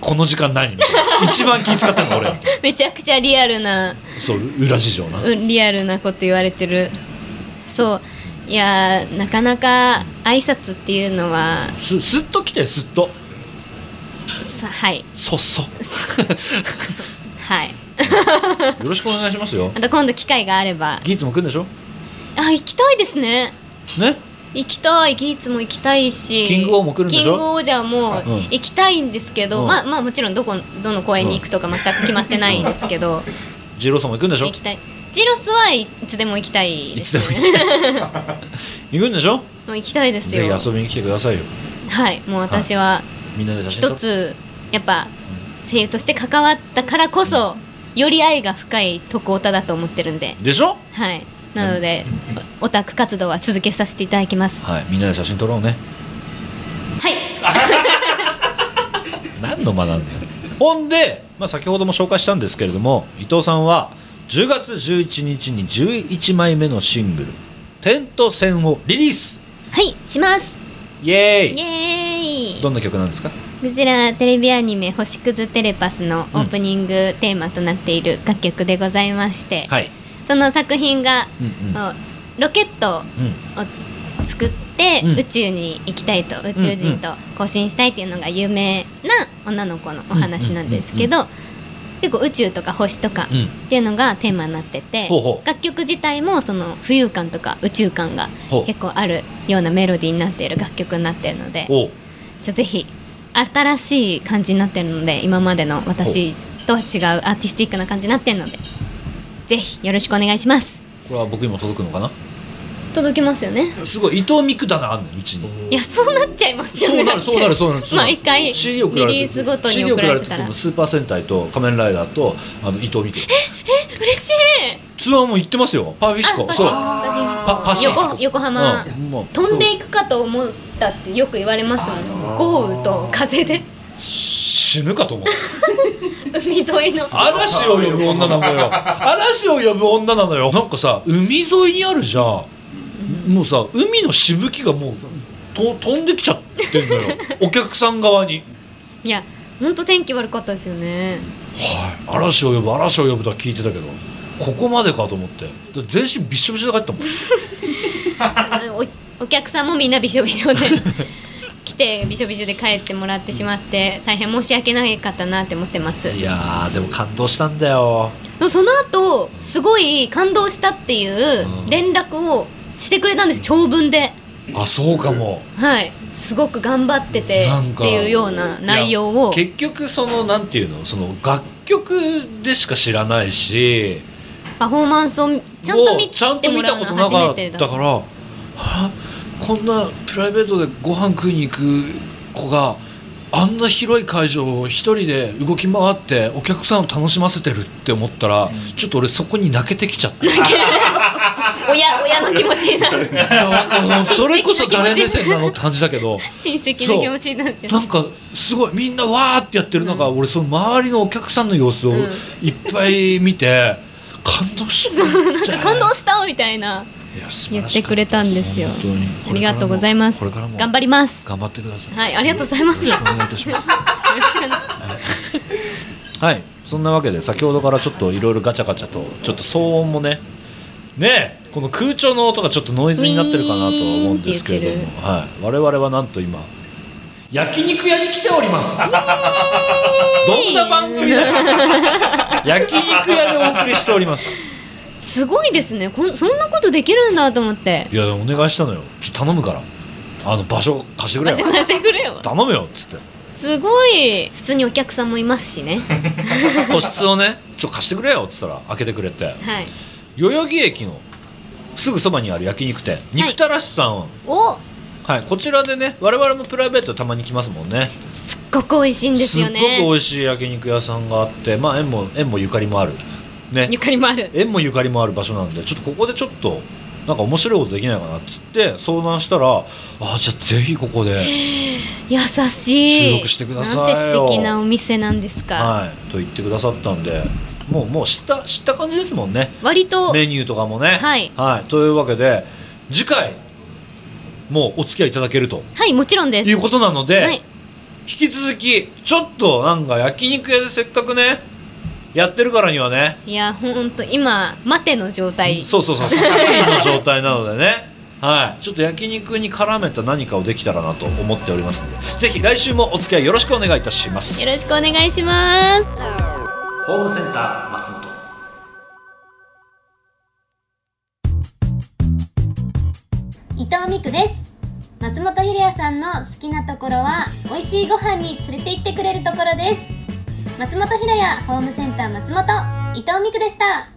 A: この時間何?」みたいな一番気遣ったのが俺みたい
F: めちゃくちゃリアルな
A: なそう裏事情な
F: うんリアルなこと言われてるそういやーなかなか挨拶っていうのは
A: すすっと来てすっと
F: さはい
A: そっそよ
F: はい
A: ろしくお願いしますよ
F: また今度機会があれば
A: ギーツも来るんでしょ
F: あ行きたいですね
A: ね
F: 行きたいギーツも行きたいし
A: キングオーも来るんでしょ
F: キングオーじゃもう
A: うん
F: 行きたいんですけど、
A: うん
F: まあまあもちろんどこどの公園に行くとか全く決まってないんですけど、
A: ジローさんも行くんでしょ
F: 行きたいジロスはいつでも行きたい
A: い
F: で
A: つ
F: す
A: でも
F: ね
A: 行きたい行くんでしょ
F: もう行きたいです
A: ぜ
F: よ
A: ひ遊びに来てくださいよ
F: はいもう私は
A: みんなで写真撮っ
F: 一
A: て
F: つやっぱ声優として関わったからこそより愛が深い徳太だと思ってるんで
A: でしょ
F: はいなのでおオタク活動は続けさせていただきます
A: はいみんなで写真撮ろうね
F: はい
A: 何の間なんだよほんで、まあ、先ほども紹介したんですけれども伊藤さんは10月11日に11枚目のシングル「点と線」をリリース
F: はいします
A: イエーイ
F: イエーイ
A: どんな曲なんですか
F: こちらテレビアニメ「星屑テレパス」のオープニングテーマとなっている楽曲でございまして、
A: はい、
F: その作品が、
A: うんうん
F: おロケット
A: うん、
F: を作って、
A: うん
F: 宇宙に行きたいと宇宙人と交信したいっていうのが有名な女の子のお話なんですけど、結構宇宙とか星とか
A: うん
F: っていうのがテーマになってて、
A: ほうほう
F: 楽曲自体もその浮遊感とか宇宙感が
A: ほう
F: 結構あるようなメロディーになっている楽曲になっているので。
A: おう
F: ちょぜひ新しい感じになってるので今までの私とは違うアーティスティックな感じになってるのでぜひよろしくお願いします
A: これは僕にも届くのかな
F: 届きますよね
A: すごい伊藤美久棚あんのうちに
F: いやそうなっちゃいますよね
A: そうなるそうなるそうなるそうなる
F: 毎回
A: CD 送られて
F: リリースごとに
A: CD
F: 送られて
A: 送
F: たら
A: くのスーパー戦隊と仮面ライダーとあの伊藤美久
F: 嬉しい
A: ツアーも行ってますよパーフィシコ
F: あ
A: そう
F: パ
A: パパシ
F: シ
A: フ
F: フ
A: ィコ
F: 横横浜、
A: うんもう
F: 飛んでいくかと思ったってよく言われますもんね豪雨と風 で
A: 死ぬかと思う
F: 海沿いの
A: 嵐を呼ぶ女な のよ嵐を呼ぶ女なのよなんかさ海沿いにあるじゃん、もうさ海のしぶきがもうと飛んできちゃってんの よお客さん側に
F: いやほんと天気悪かったですよね
A: はい嵐を呼ぶ嵐を呼ぶとは聞いてたけどここまでかと思ってで全身びっしょびしょで帰ったもん
F: おお客さんもみんなびしょびし ょで来てびしょびしょで帰ってもらってしまって大変申し訳なかったなって思ってます
A: いやーでも感動したんだよ
F: その後すごい感動したっていう
A: うん
F: 連絡をしてくれたんです長文で
A: あそうかも
F: はいすごく頑張ってて
A: なん
F: っ
A: か
F: ていうようない内容
A: いや
F: を
A: 結局そのなんていうのその楽曲でしか知らないし
F: パフォーマンスをちゃんと見
A: ちゃん
F: て
A: と
F: も
A: 見
F: ら
A: た
F: う
A: ことな
F: のは初
A: か
F: め
A: ってた
F: だ
A: からはあこんなプライベートでご飯食いに行く子が
D: あんな広い会場を一人で動き回ってお客さんを楽しませてるって思ったら、ちょっと俺そこに泣けてきちゃっ た
F: 親親の気持ちにな る
D: それこそ誰目線なのって感じだけど
F: 親戚の気持ちになっちゃ
D: な
F: うん
D: かすごいみんなわーってやってる中、俺その周りのお客さんの様子を
F: ん
D: いっぱい見て、感動しちゃった
F: なんか感動したみたいない
D: や素晴
F: 言
D: ら
F: っ
D: してかった
F: くれたんですよ
D: 本当に
F: ありがとうございます
D: これからも
F: 頑張ります
D: 頑張ってください
F: はいありがとうございます
D: よろしくお願いいたしますはいそんなわけで先ほどからちょっといろいろガチャガチャとちょっと騒音もねねえこの空調の音がちょっとノイズになってるかなとは思うんですけれ
F: ウィ
D: ど
F: ーンって言
D: も、はい、我々はなんと今焼肉屋に来ておりますどんな番組だよ焼肉屋でお送りしております
F: すごいですねこんそんなことできるんだと思って
D: いやお願いしたのよちょっと頼むからあの場所貸してくれ
F: 待
D: よ
F: ってくれよ
D: 頼むよっつって
F: すごい普通にお客さんもいますしね
D: 個室をねちょっと貸してくれよっつったら開けてくれて
F: はい
D: 代々木駅のすぐそばにある焼肉店肉たらしさん、はい
F: お
D: こちらでね我々もプライベートたまに来ますもんね
F: すっごく美味しいんですよね
D: っごく美味しい焼肉屋さんがあってまあ縁も縁もゆかりもあるね
F: ゆかりもある
D: 縁もゆかりもある場所なんでちょっとここでちょっとなんか面白いことできないかなっつって相談したらああじゃあぜひここで、
F: 優しい
D: 収録してくださいよ
F: なんて素敵なお店なんですか、
D: はい、と言ってくださったんでもうもう知った知った感じですもんね
F: 割と
D: メニューとかもね。
F: はい
D: というわけで次回もお付き合いいただけると
F: はいもちろんです
D: いうことなので、
F: はい
D: 引き続きちょっとなんか焼肉屋でせっかくねやってるからにはね
F: いやほんと今待ての状態
D: そうそうそうステイの状態なのでね。はい、ちょっと焼肉に絡めた何かをできたらなと思っておりますのでぜひ来週もお付き合いよろしくお願いいたします
F: よろしくお願いします
C: ホームセンター松本
F: 伊藤美久です松本ひろやさんの好きなところは美味しいご飯に連れて行ってくれるところです松本ひろやホームセンター松本伊藤美久でした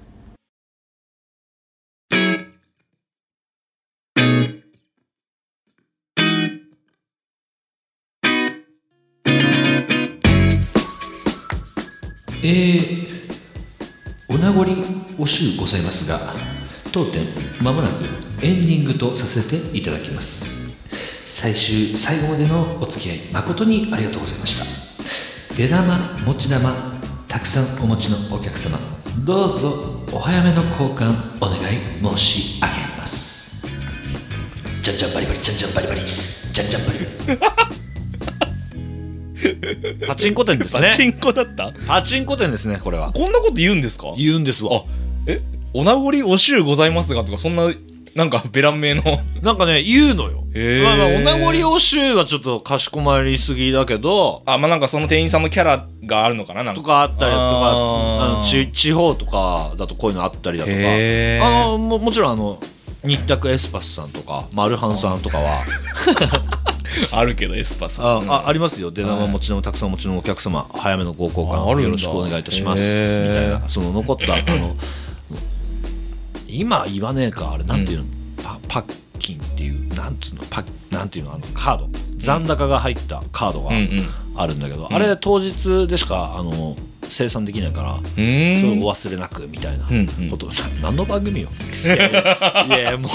G: えー、お名残おしゅうございますが当店まもなくエンディングとさせていただきます最終最後までのお付き合い誠にありがとうございました出玉持ち玉たくさんお持ちのお客様どうぞお早めの交換お願い申し上げますじゃんじゃんバリバリじゃんじゃんバリバリじゃんじゃんバリバリ
A: パチンコ店です
B: パチ
A: ね
B: ンコだった
A: パチンコ店ですねこれは
B: こんなこと言うんですか
A: 言うんですわ
B: えお名残おしゅうございますがとかそんななんかベラン名 の
A: なんかね言うのよ
B: へー
A: まあまあお名残おしゅうはちょっとかしこまりすぎだけど
B: あまあなんかその店員さんのキャラがあるのかななんか
A: とかあったりとか
B: あー
A: あのち地方とかだとこういうのあったりだとか
B: へ
A: あ
B: ー
A: のももちろんあの日卓エスパスさんとかマルハンさんとかは
B: あるけどエスパさん
A: ああありますよ出生持ちのたくさんお持ちのお客様早めのご交換
B: ああるんだ
A: よろしくお願いいたしま
B: へ
A: す
B: ー
A: みたいなその残 ったあの今言わねえかあれなんていうの、パパッキンっていうなんつうのパッなんていうのあのカード残高が入ったカードが
B: うんうん
A: あるんだけど、あれ当日でしかあの生産できないから、
B: うーん
A: それをお忘れなくみたいなこと、な何の番組よ いやいやいやいやもう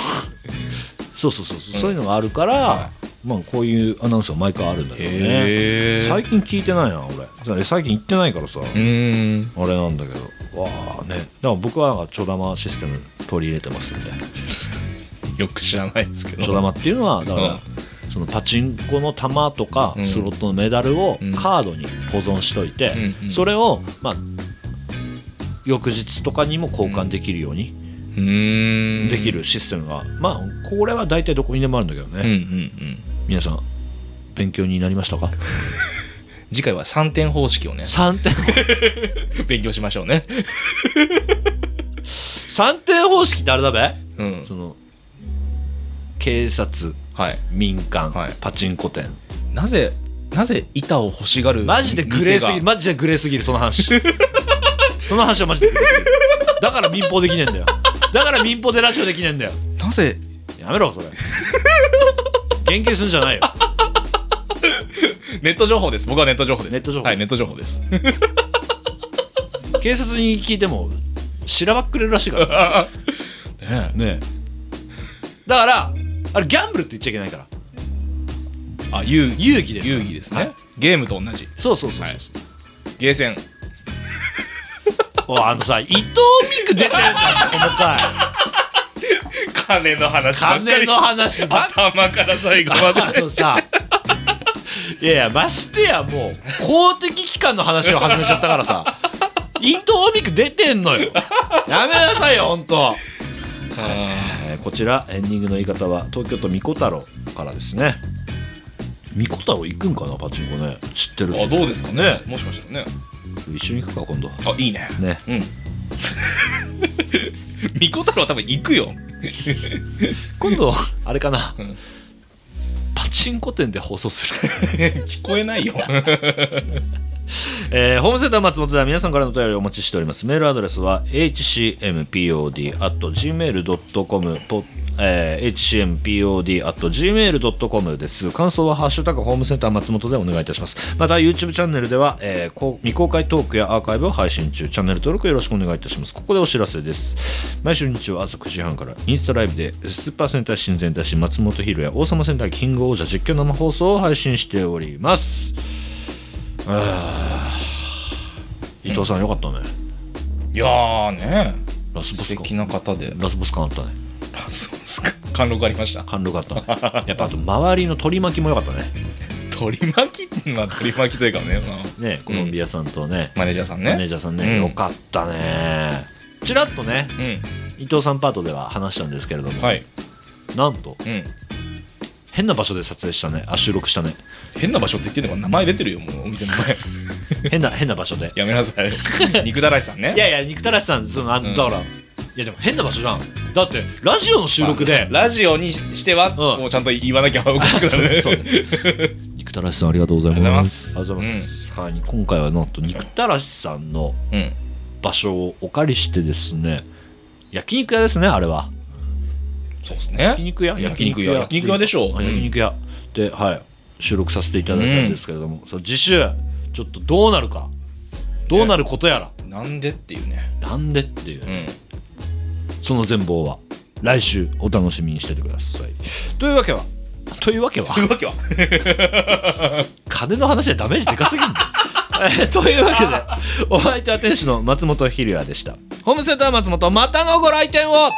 A: そうそうそうそう、そういうのがあるから、まあ、こういうアナウンスは毎回あるんだけどね
B: へー
A: 最近聞いてないな俺最近行ってないからさ、
B: うーん
A: あれなんだけどわあねだから僕はなんかちょだまシステム取り入れてますんで
B: よく知らないですけど
A: ちょだまっていうのはだから、
B: うん
A: そのパチンコの玉とか
B: うん
A: スロットのメダルを
B: うん
A: カードに保存しといて、
B: うんうん
A: それを、まあ、翌日とかにも交換できるように
B: うーん
A: できるシステムが、まあこれは大体どこにでもあるんだけどね、
B: うんうんうん
A: 皆さん勉強になりましたか
B: 次回は3点方式をね
A: 3点
B: 勉強しましょうね
A: 三点方式ってあれだべ
B: うん
A: その警察
B: はい
A: 民間、
B: はい
A: パチンコ店
B: なぜなぜ板を欲しがる
A: マジでグレーすぎるマジでグレーすぎるその 話その話はマジでグレーすぎるだから民放できねえんだよだから民放でラジオできねえんだよ
B: 店がなぜ
A: やめろそれ言及するんじゃないよ
B: ネット情報です。僕はネット情報です。
A: ネット情報
B: はい、ネット情報です。
A: 警察に聞いても知らばっくれるらしいから
B: ね
A: ねねだからあれギャンブルって言っちゃいけないから
B: あ、遊戯。
A: 遊戯ですから
B: 遊戯です
A: は
B: ね
A: い。
B: ゲームと同じ。
A: そうそうそうそう、
B: はいゲーセン。
A: おいあのさ伊藤美久出てるからさこの 回
B: 金の話ばっか
A: 金
B: り
A: の。話ばっか
B: 頭から最後ま
A: あ
B: で。
A: のさ いやいやましてやもう公的機関の話を始めちゃったからさ伊藤美久出てんのよやめなさいよほんとえーこちらエンディングの言い方は東京都みこ太郎からですねみこ太郎行くんかなパチンコね知ってる
B: あ、どうですかね
A: ね。
B: もしかしたらね。
A: 一緒に行くか今度
B: あ、いいね。
A: ね
B: うん。 みこ太郎は多分行くよ。
A: 今度あれかな、
B: ん
A: パチンコ店で放送する
B: 聞こえないよ。
A: えーホームセンター松本では皆さんからのお便りをお待ちしております。メールアドレスは hcmpod.gmail.com ポえー hcmpod.gmail.com です。感想はハッシュタグホームセンター松本でお願いいたします。また YouTube チャンネルでは、えーこう未公開トークやアーカイブを配信中。チャンネル登録よろしくお願いいたします。ここでお知らせです。毎週日曜朝9時半からインスタライブでスーパーセンター親善大使松本ひろや王様センターキング王者実況生放送を配信しております。伊藤さんよかったね。
B: いやーね。
A: ラスボ
B: 素
A: ス感
B: 敵な方 で。
A: ラスボス感あったね
B: あそうですか。貫禄ありました。
A: 貫禄あったね やっぱあと周りの取り巻きも良かったね
B: 取り巻き、まあ取り巻きとい うかね。まあ
A: ねコロンビアさんとね、
B: マネージャーさん
A: マネー
B: ね。
A: ジャーさんね、
B: うん
A: 良かったねちらっとね
B: う
A: 伊藤さんパートでは話したんですけれども、
B: ん。はい。
A: なんと
B: うん。
A: 変な場所で撮影したねあ収録した ね
B: 変な場所って言ってんのかな名前出てるよ、もうお店の 前。
A: 変な変な場所で
B: やめなさい。肉だらしさんね。
A: いやいや肉たらしさんそのあのだから、いやでも変な場所じゃんだってラジオの収録で、
B: ラジオにしては、こうちゃんと言わなきゃおかしくな る。
A: そうね肉たらしさんありがとうございます
B: ありがとうございます
A: ありがとうございます、はい今回はなんと肉たらしさんの
B: うん。
A: 場所をお借りしてですね焼肉屋ですねあれは
B: そうですね。
A: 焼肉屋
B: 焼肉屋。焼肉屋でしょ
A: あ
B: う。
A: 焼肉屋ではい収録させていただいたんですけれども、そう次週ちょっとどうなるかどうなることやら、
B: なんでっていうね。
A: なんでっていう、
B: うん。
A: その全貌は来週お楽しみにしててくださいというわけはというわけは
B: というわけは。
A: 金の話でダメージでかすぎんの えーというわけでお相手は店主の松本ひるやでしたホームセンター松本またのご来店を